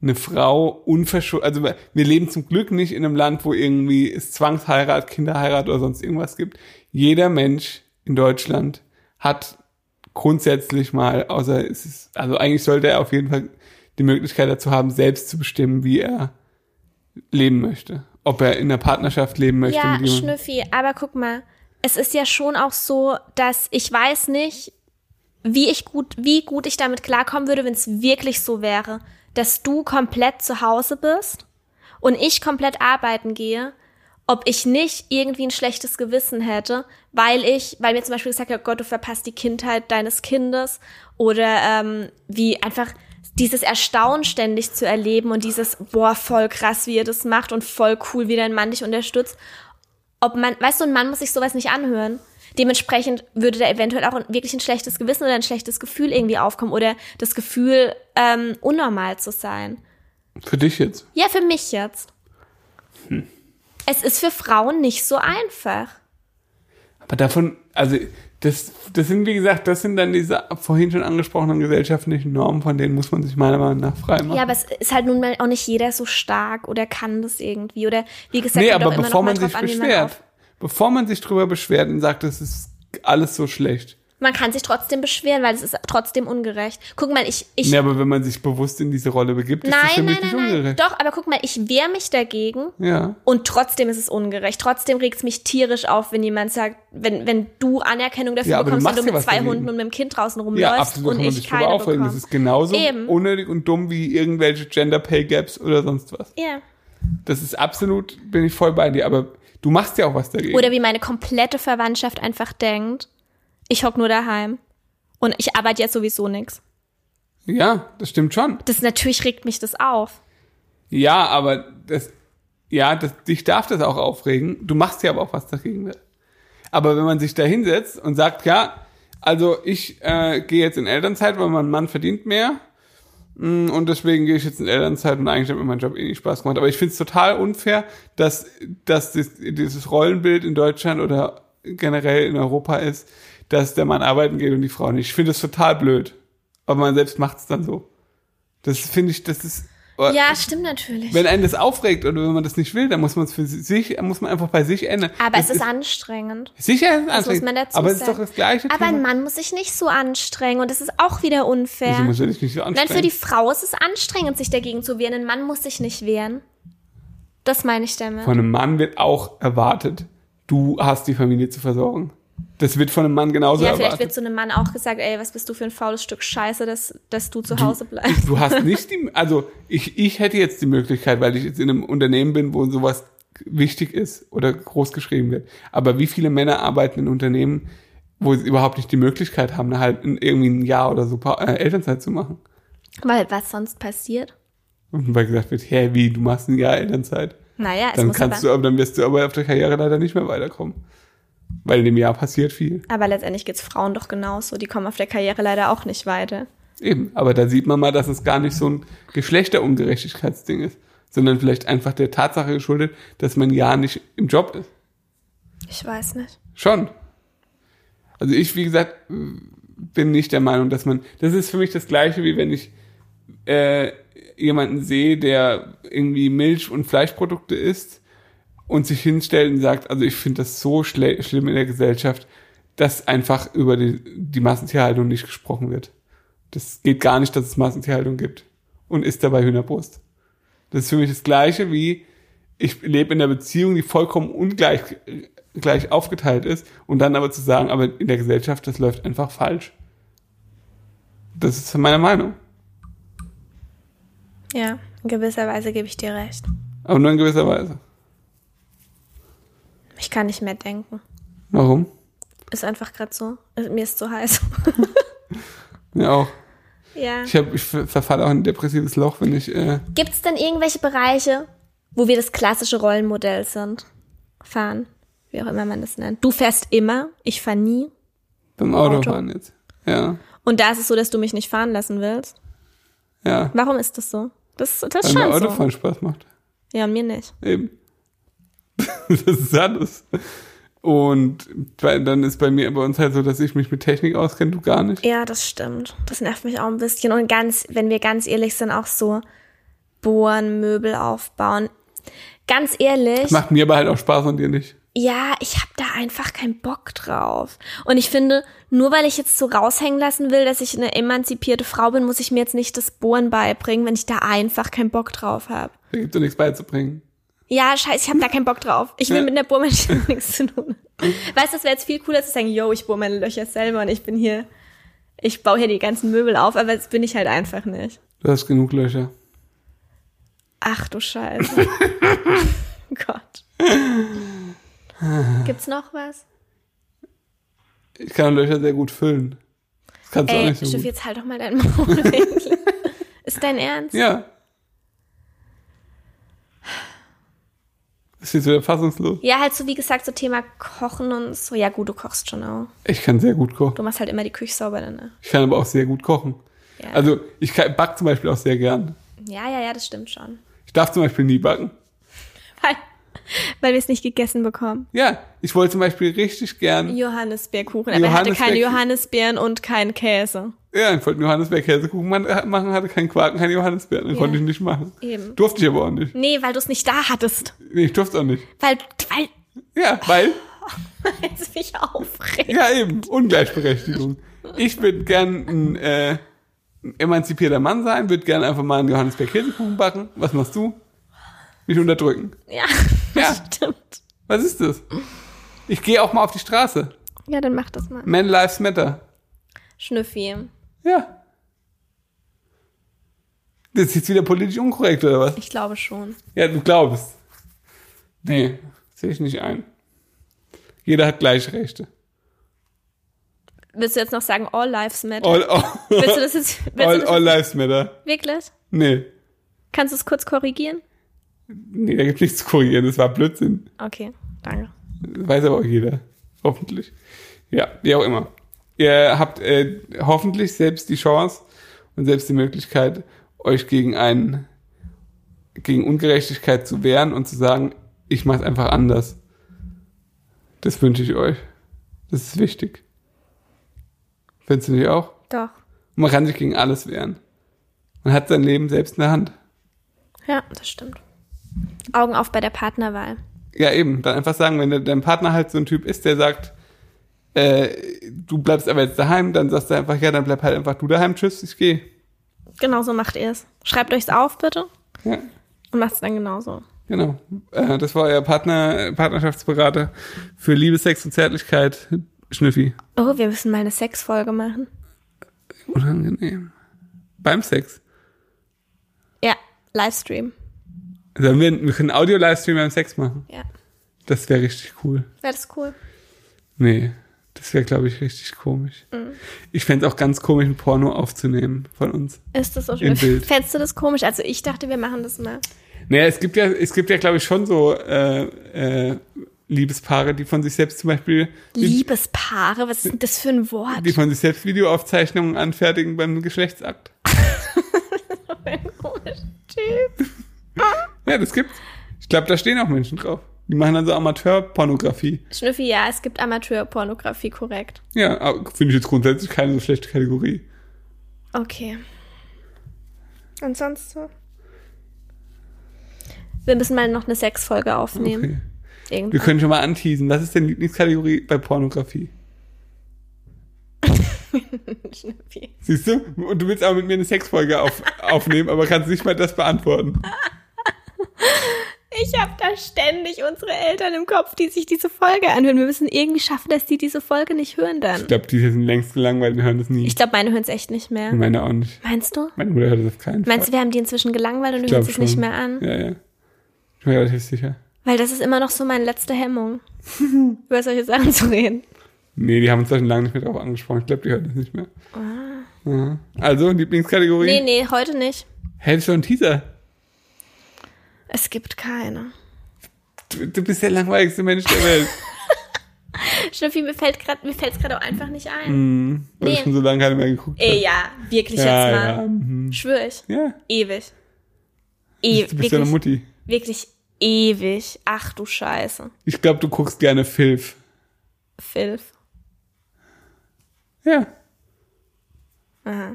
eine Frau unverschuldet, also wir leben zum Glück nicht in einem Land, wo irgendwie es Zwangsheirat, Kinderheirat oder sonst irgendwas gibt. Jeder Mensch in Deutschland hat grundsätzlich mal, außer es ist, also eigentlich sollte er auf jeden Fall die Möglichkeit dazu haben, selbst zu bestimmen, wie er leben möchte. Ob er in einer Partnerschaft leben möchte.
Ja,
mit jemandem.
Schnüffi, aber guck mal, es ist ja schon auch so, dass ich weiß nicht, wie ich gut, wie gut ich damit klarkommen würde, wenn es wirklich so wäre, dass du komplett zu Hause bist und ich komplett arbeiten gehe, ob ich nicht irgendwie ein schlechtes Gewissen hätte, weil ich, weil mir zum Beispiel gesagt wird, Gott, du verpasst die Kindheit deines Kindes oder ähm, wie einfach dieses Erstaunen ständig zu erleben und dieses, boah, voll krass, wie ihr das macht und voll cool, wie dein Mann dich unterstützt. Ob man, weißt du, ein Mann muss sich sowas nicht anhören. Dementsprechend würde da eventuell auch ein, wirklich ein schlechtes Gewissen oder ein schlechtes Gefühl irgendwie aufkommen oder das Gefühl, ähm, unnormal zu sein.
Für dich jetzt.
Ja, für mich jetzt.
Hm.
Es ist für Frauen nicht so einfach.
Aber davon, also das, das sind, wie gesagt, das sind dann diese vorhin schon angesprochenen gesellschaftlichen Normen, von denen muss man sich meiner Meinung nach frei machen.
Ja, aber es ist halt nun mal auch nicht jeder so stark oder kann das irgendwie. Oder wie gesagt,
nee,
kommt
aber
auch immer
bevor
noch mal
man sich
drauf an, wie man
beschwert,
auf-
bevor man sich drüber beschwert und sagt, das ist alles so schlecht.
Man kann sich trotzdem beschweren, weil es ist trotzdem ungerecht. Guck mal, ich, ich
Nee, aber wenn man sich bewusst in diese Rolle begibt, ist das für
nein,
mich
nein,
nicht
nein, nein.
ungerecht.
Doch, aber guck mal, ich wehre mich dagegen
Ja.
und trotzdem ist es ungerecht. Trotzdem regt es mich tierisch auf, wenn jemand sagt, wenn, wenn du Anerkennung dafür
Ja, aber du
bekommst, wenn
machst
du
ja
mit
was
zwei
dagegen.
Hunden und mit dem Kind draußen
Ja,
rumläufst
absolut
und
kann man
ich
sich drüber
keine
aufregen. Das
bekomme.
ist genauso
Eben.
unnötig und dumm wie irgendwelche Gender Pay Gaps oder sonst was.
Ja.
Das ist absolut, bin ich voll bei dir, aber du machst ja auch was dagegen.
Oder wie meine komplette Verwandtschaft einfach denkt, ich hock nur daheim und ich arbeite jetzt sowieso nix.
ja, das stimmt schon.
Das natürlich regt mich das auf.
Ja, aber das, ja, das, dich darf das auch aufregen. Du machst ja aber auch was dagegen. ne? Aber wenn man sich da hinsetzt und sagt, ja, also ich äh, gehe jetzt in Elternzeit, weil mein Mann verdient mehr. mm, Und deswegen gehe ich jetzt in Elternzeit und eigentlich hat mir mein Job eh nicht Spaß gemacht. Aber ich finde es total unfair, dass, dass das, dieses Rollenbild in Deutschland oder generell in Europa ist, dass der Mann arbeiten geht und die Frau nicht. Ich finde es total blöd. Aber man selbst macht es dann so. Das finde ich, das ist. oh,
Ja, stimmt natürlich.
Wenn einen das aufregt oder wenn man das nicht will, dann muss man es für sich, muss man einfach bei sich ändern.
Aber es
Das
ist anstrengend.
sicher ist
Das muss
anstrengend,
man dazu
aber es
sagen.
ist doch das gleiche
Aber ein
Thema.
Mann muss sich nicht so anstrengen und das ist auch wieder unfair.
Wieso muss er dich nicht so
Nein, für
anstrengen?
die Frau ist es anstrengend, sich dagegen zu wehren. Ein Mann muss sich nicht wehren. Das meine ich damit.
Von einem Mann wird auch erwartet, du hast die Familie zu versorgen. Das wird von einem Mann genauso
ja, vielleicht wird
erwartet.
zu einem Mann auch gesagt, ey, was bist du für ein faules Stück Scheiße, dass, dass du zu Hause bleibst.
Du hast nicht die, also ich, ich hätte jetzt die Möglichkeit, weil ich jetzt in einem Unternehmen bin, wo sowas wichtig ist oder groß geschrieben wird. Aber wie viele Männer arbeiten in Unternehmen, wo sie überhaupt nicht die Möglichkeit haben, halt irgendwie ein Jahr oder so Pa- äh, Elternzeit zu machen?
<laughs> Weil was sonst passiert?
Und weil gesagt wird, hä, wie, du machst ein Jahr Elternzeit.
Naja, es
Dann
muss
kannst
aber,
du, aber- dann wirst du aber auf der Karriere leider nicht mehr weiterkommen. Weil in dem Jahr passiert viel.
Aber letztendlich geht's Frauen doch genauso. Die kommen auf der Karriere leider auch nicht weiter.
Eben, aber da sieht man mal, dass es gar nicht so ein Geschlechterungerechtigkeitsding ist, sondern vielleicht einfach der Tatsache geschuldet, dass man ja nicht im Job ist.
Ich weiß nicht.
Schon. Also ich, wie gesagt, bin nicht der Meinung, dass man. Das ist für mich das Gleiche, wie wenn ich äh, jemanden sehe, der irgendwie Milch- und Fleischprodukte isst und sich hinstellt und sagt, also ich finde das so schle schlimm in der Gesellschaft, dass einfach über die, die Massentierhaltung nicht gesprochen wird. Das geht gar nicht, dass es Massentierhaltung gibt. Und isst dabei Hühnerbrust. Das ist für mich das Gleiche wie, ich lebe in einer Beziehung, die vollkommen ungleich gleich aufgeteilt ist und dann aber zu sagen, aber in der Gesellschaft, das läuft einfach falsch. Das ist meine Meinung.
Ja, in gewisser Weise gebe ich dir recht.
Aber nur in gewisser Weise.
Ich kann nicht mehr denken.
Warum?
Ist einfach gerade so. Mir ist zu heiß. <laughs>
Mir auch.
ja.
Ich, hab, ich verfalle auch in ein depressives Loch, wenn ich. Äh,
Gibt es denn irgendwelche Bereiche, wo wir das klassische Rollenmodell sind? Fahren, wie auch immer man das nennt. Du fährst immer, ich fahre nie.
beim
Auto.
Autofahren jetzt. Ja.
Und da ist es so, dass du mich nicht fahren lassen willst.
Ja.
Warum ist das so? Das, das
Weil
ist
mir
schon so.
Autofahren Spaß macht.
Ja, mir nicht.
Eben. <laughs> das ist alles. Und bei, dann ist bei mir bei uns halt so, dass ich mich mit Technik auskenne, du gar nicht.
Ja, das stimmt. Das nervt mich auch ein bisschen. Und ganz, wenn wir ganz ehrlich sind, auch so bohren, Möbel aufbauen. Ganz ehrlich.
Macht mir aber halt auch Spaß und dir nicht.
ja, ich habe da einfach keinen Bock drauf. Und ich finde, nur weil ich jetzt so raushängen lassen will, dass ich eine emanzipierte Frau bin, muss ich mir jetzt nicht das Bohren beibringen, wenn ich da einfach keinen Bock drauf habe.
Da gibt's doch nichts beizubringen.
Ja, scheiße, ich habe da keinen Bock drauf. Ich will
Ja.
mit einer Bohrmaschine <laughs> nichts zu tun. Weißt du, es wäre jetzt viel cooler zu sagen, yo, ich bohre meine Löcher selber und ich bin hier, ich baue hier die ganzen Möbel auf, aber das bin ich halt einfach nicht.
Du hast genug Löcher.
Ach du
<laughs>
Scheiße. Oh Gott. Gibt's noch was?
Ich kann Löcher sehr gut füllen. Das kannst du auch
Ey,
nicht so
Schiff,
gut.
jetzt halt doch mal deinen <laughs> Maul. wirklich. Ist dein Ernst?
Ja. Das ist jetzt wieder fassungslos.
Ja, halt so wie gesagt, so Thema Kochen und so. Ja gut, du kochst schon auch.
Ich kann sehr gut kochen.
Du machst halt immer die Küche sauber dann. Ne?
Ich kann aber auch sehr gut kochen.
Ja.
Also ich kann, back zum Beispiel auch sehr gern.
ja, ja, ja, das stimmt schon.
Ich darf zum Beispiel nie backen.
Weil, weil wir es nicht gegessen bekommen.
Ja, ich wollte zum Beispiel richtig gern.
Johannisbeerkuchen, aber er hatte keine
Johannisbeerkuchen.
Johannisbeeren und keinen Käse.
Ja, ich wollte einen Johannisbeer-Käsekuchen man- machen, hatte keinen Quarken, keine Johannisbeeren. Den
Ja.
konnte ich nicht machen.
Eben.
Durfte ich aber auch nicht.
Nee, weil du es nicht da hattest.
Nee, ich durfte es auch nicht.
Weil, weil,
Ja, weil,
weil es mich aufregt.
ja eben, Ungleichberechtigung. Ich würde gern ein, äh, ein emanzipierter Mann sein, würde gern einfach mal einen Johannisbeer-Käsekuchen backen. Was machst du? Mich unterdrücken.
Ja,
<laughs> Ja.
stimmt.
Was ist das? Ich gehe auch mal auf die Straße.
Ja, dann mach das mal.
Men Lives Matter.
Schnüffi.
Ja. Das ist jetzt wieder politisch unkorrekt, oder was?
Ich glaube schon.
Ja, du glaubst. Nee, sehe ich nicht ein. Jeder hat gleiche Rechte.
Willst du jetzt noch sagen, all lives matter?
All, all,
willst du das jetzt, willst du
all,
das
all lives matter.
jetzt wirklich?
Nee.
Kannst du es kurz korrigieren?
Nee, da gibt nichts zu korrigieren. Das war Blödsinn.
Okay, danke.
Das weiß aber auch jeder. Hoffentlich. Ja, wie auch immer. Ihr habt äh, hoffentlich selbst die Chance und selbst die Möglichkeit, euch gegen einen, gegen Ungerechtigkeit zu wehren und zu sagen, ich mach's einfach anders. Das wünsche ich euch. Das ist wichtig. Findest du nicht auch?
Doch.
Und man kann sich gegen alles wehren. Man hat sein Leben selbst in der Hand.
Ja, das stimmt. Augen auf bei der Partnerwahl.
Ja, eben. Dann einfach sagen, wenn de- dein Partner halt so ein Typ ist, der sagt, äh, du bleibst aber jetzt daheim, dann sagst du einfach, ja, dann bleib halt einfach du daheim, tschüss, ich gehe.
Genau so macht ihr es. Schreibt euch's auf, bitte.
Ja,
Und macht es dann genauso.
genau. Äh, das war euer Partner, Partnerschaftsberater für Liebe, Sex und Zärtlichkeit, Schnüffi.
Oh, wir müssen mal eine Sexfolge machen.
Unangenehm. Beim Sex.
Ja, Livestream.
Also wir, wir können Audio-Livestream beim Sex machen.
Ja,
Das wäre richtig cool.
wäre das cool.
Nee, das wäre, glaube ich, richtig komisch. Ich fänd's auch ganz komisch, ein Porno aufzunehmen von uns.
Ist das so schön?
Im Bild.
Fändest du das komisch? Also ich dachte, wir machen das mal.
Naja, es gibt ja, es gibt ja, glaube ich, schon so äh, äh, Liebespaare, die von sich selbst zum Beispiel
Liebespaare, was ist denn das für ein Wort?
die von sich selbst Videoaufzeichnungen anfertigen beim Geschlechtsakt.
<laughs> Ein komischer Typ.
Ja, das gibt's. Ich glaube, da stehen auch Menschen drauf. Die machen dann so Amateurpornografie.
Schnüffi, ja, es gibt Amateurpornografie, korrekt.
Ja, aber finde ich jetzt grundsätzlich keine so schlechte Kategorie.
Okay. Und sonst so? Wir müssen mal noch eine Sexfolge aufnehmen.
Okay. Wir
Irgendwann.
können schon mal anteasen. Was ist denn Lieblingskategorie bei Pornografie?
Schnüffi.
Siehst du? Und du willst aber mit mir eine Sexfolge
<laughs>
auf, aufnehmen, aber kannst nicht mal das beantworten.
Ich habe da ständig unsere Eltern im Kopf, die sich diese Folge anhören. Wir müssen irgendwie schaffen, dass die diese Folge nicht hören
Ich
dann.
glaube, die sind längst gelangweilt und hören das nie.
Ich glaube, meine hören es echt nicht mehr.
Meine auch nicht.
Meinst du?
Meine Mutter hört das auf keinen Fall.
Meinst du, wir haben die inzwischen gelangweilt und
Ich
du
glaub
hörst es nicht
schon.
mehr an?
Ja, ja. Ich bin mir relativ sicher.
Weil das ist immer noch so meine letzte Hemmung, <laughs> über solche Sachen zu reden.
Nee, die haben uns da schon lange nicht mehr drauf angesprochen. Ich glaube, die hören das nicht mehr. Ja. Also, Lieblingskategorie?
Ah. Nee, nee, heute nicht.
Hältst du einen Teaser?
Es gibt keine.
Du, du bist der langweiligste Mensch der Welt.
Schnüffi, mir fällt grad, mir fällt's gerade auch einfach nicht ein.
Hm, weil
Nee.
ich schon so lange keine mehr geguckt
Ey, ja, wirklich
Ja,
jetzt mal.
ja. mhm.
Schwör ich.
Ja,
Ewig. E
du bist ja
wirklich,
eine Mutti.
wirklich ewig. Ach du Scheiße.
Ich glaube, du guckst gerne Filf.
Filf.
Ja,
Aha.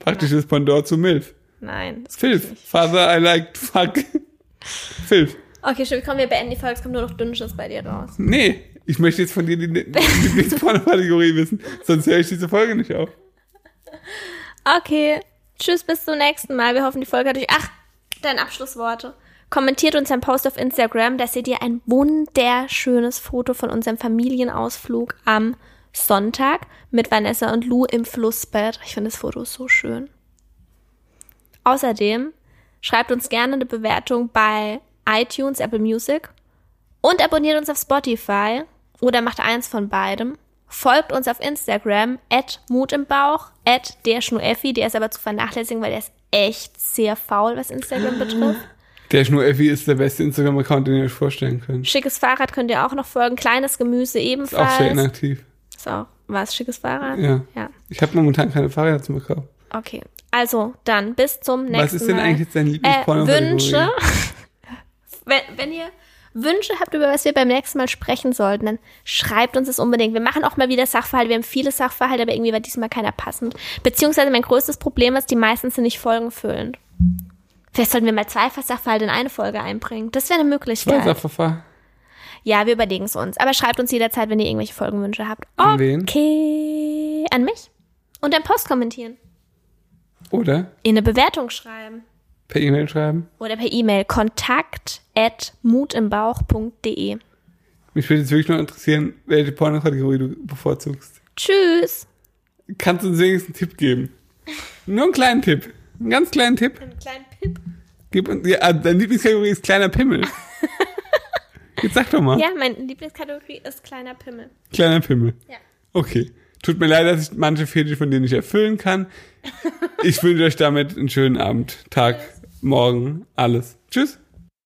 praktisches Pendant zu Milf.
Nein. Das guck ich
Filf.
nicht.
Father, I like fuck. Filf.
Okay, Schnüffi, komm, wir beenden die Folge. Es kommt nur noch Dünnsches bei dir raus.
Nee, ich möchte jetzt von dir die die Lieblingsporno-Kategorie wissen, sonst höre ich diese Folge nicht auf.
Okay. Tschüss, bis zum nächsten Mal. Wir hoffen, die Folge hat euch... Ach, deine Abschlussworte. Kommentiert unseren Post auf Instagram, dass ihr dir ein wunderschönes Foto von unserem Familienausflug am Sonntag mit Vanessa und Lou im Flussbett. Ich finde das Foto so schön. Außerdem schreibt uns gerne eine Bewertung bei iTunes, Apple Music und abonniert uns auf Spotify oder macht eins von beidem. Folgt uns auf Instagram, at Mut im Bauch, at der Schnueffi, der ist aber zu vernachlässigen, weil der ist echt sehr faul, was Instagram
<gasps>
betrifft.
Der Schnur-Effi ist der beste Instagram-Account, den ihr euch vorstellen könnt.
Schickes Fahrrad könnt ihr auch noch folgen, kleines Gemüse
Ist auch sehr
ebenfalls.
inaktiv.
Ist auch was, schickes Fahrrad?
Ja.
Ja,
Ich habe momentan keine Fahrräder zum Verkauf.
okay. Also, dann bis zum nächsten Mal.
Was ist denn eigentlich jetzt dein
äh,
Lieblingsporno-Kategorie?
Wünsche. <laughs> wenn, wenn ihr Wünsche habt, über was wir beim nächsten Mal sprechen sollten, dann schreibt uns das unbedingt. Wir machen auch mal wieder Sachverhalte. Wir haben viele Sachverhalte, aber irgendwie war diesmal keiner passend. Beziehungsweise mein größtes Problem ist, die meisten sind nicht folgenfüllend. Vielleicht sollten wir mal zwei Sachverhalte in eine Folge einbringen. Das wäre eine
Weiß
Möglichkeit.
auf Verfahren.
Ja, wir überlegen es uns. Aber schreibt uns jederzeit, wenn ihr irgendwelche Folgenwünsche habt.
An wen?
Okay. An mich. Und dann Post kommentieren.
Oder
In eine Bewertung schreiben.
per E-Mail schreiben.
Oder per E-Mail kontakt at mutimbauch.de.
Mich würde jetzt wirklich nur interessieren, welche Porno-Kategorie du bevorzugst.
Tschüss.
Kannst du uns wenigstens einen Tipp geben? Nur einen kleinen Tipp. Einen ganz kleinen Tipp.
Einen kleinen Pip.
Gib uns, ja, ah, deine Lieblingskategorie ist kleiner Pimmel. Jetzt sag doch mal.
Ja, meine Lieblingskategorie ist kleiner Pimmel.
Kleiner Pimmel.
Ja.
Okay. Tut mir leid, dass ich manche Fetische von denen nicht erfüllen kann. Ich wünsche euch damit einen schönen Abend, Tag, Morgen, alles. Tschüss.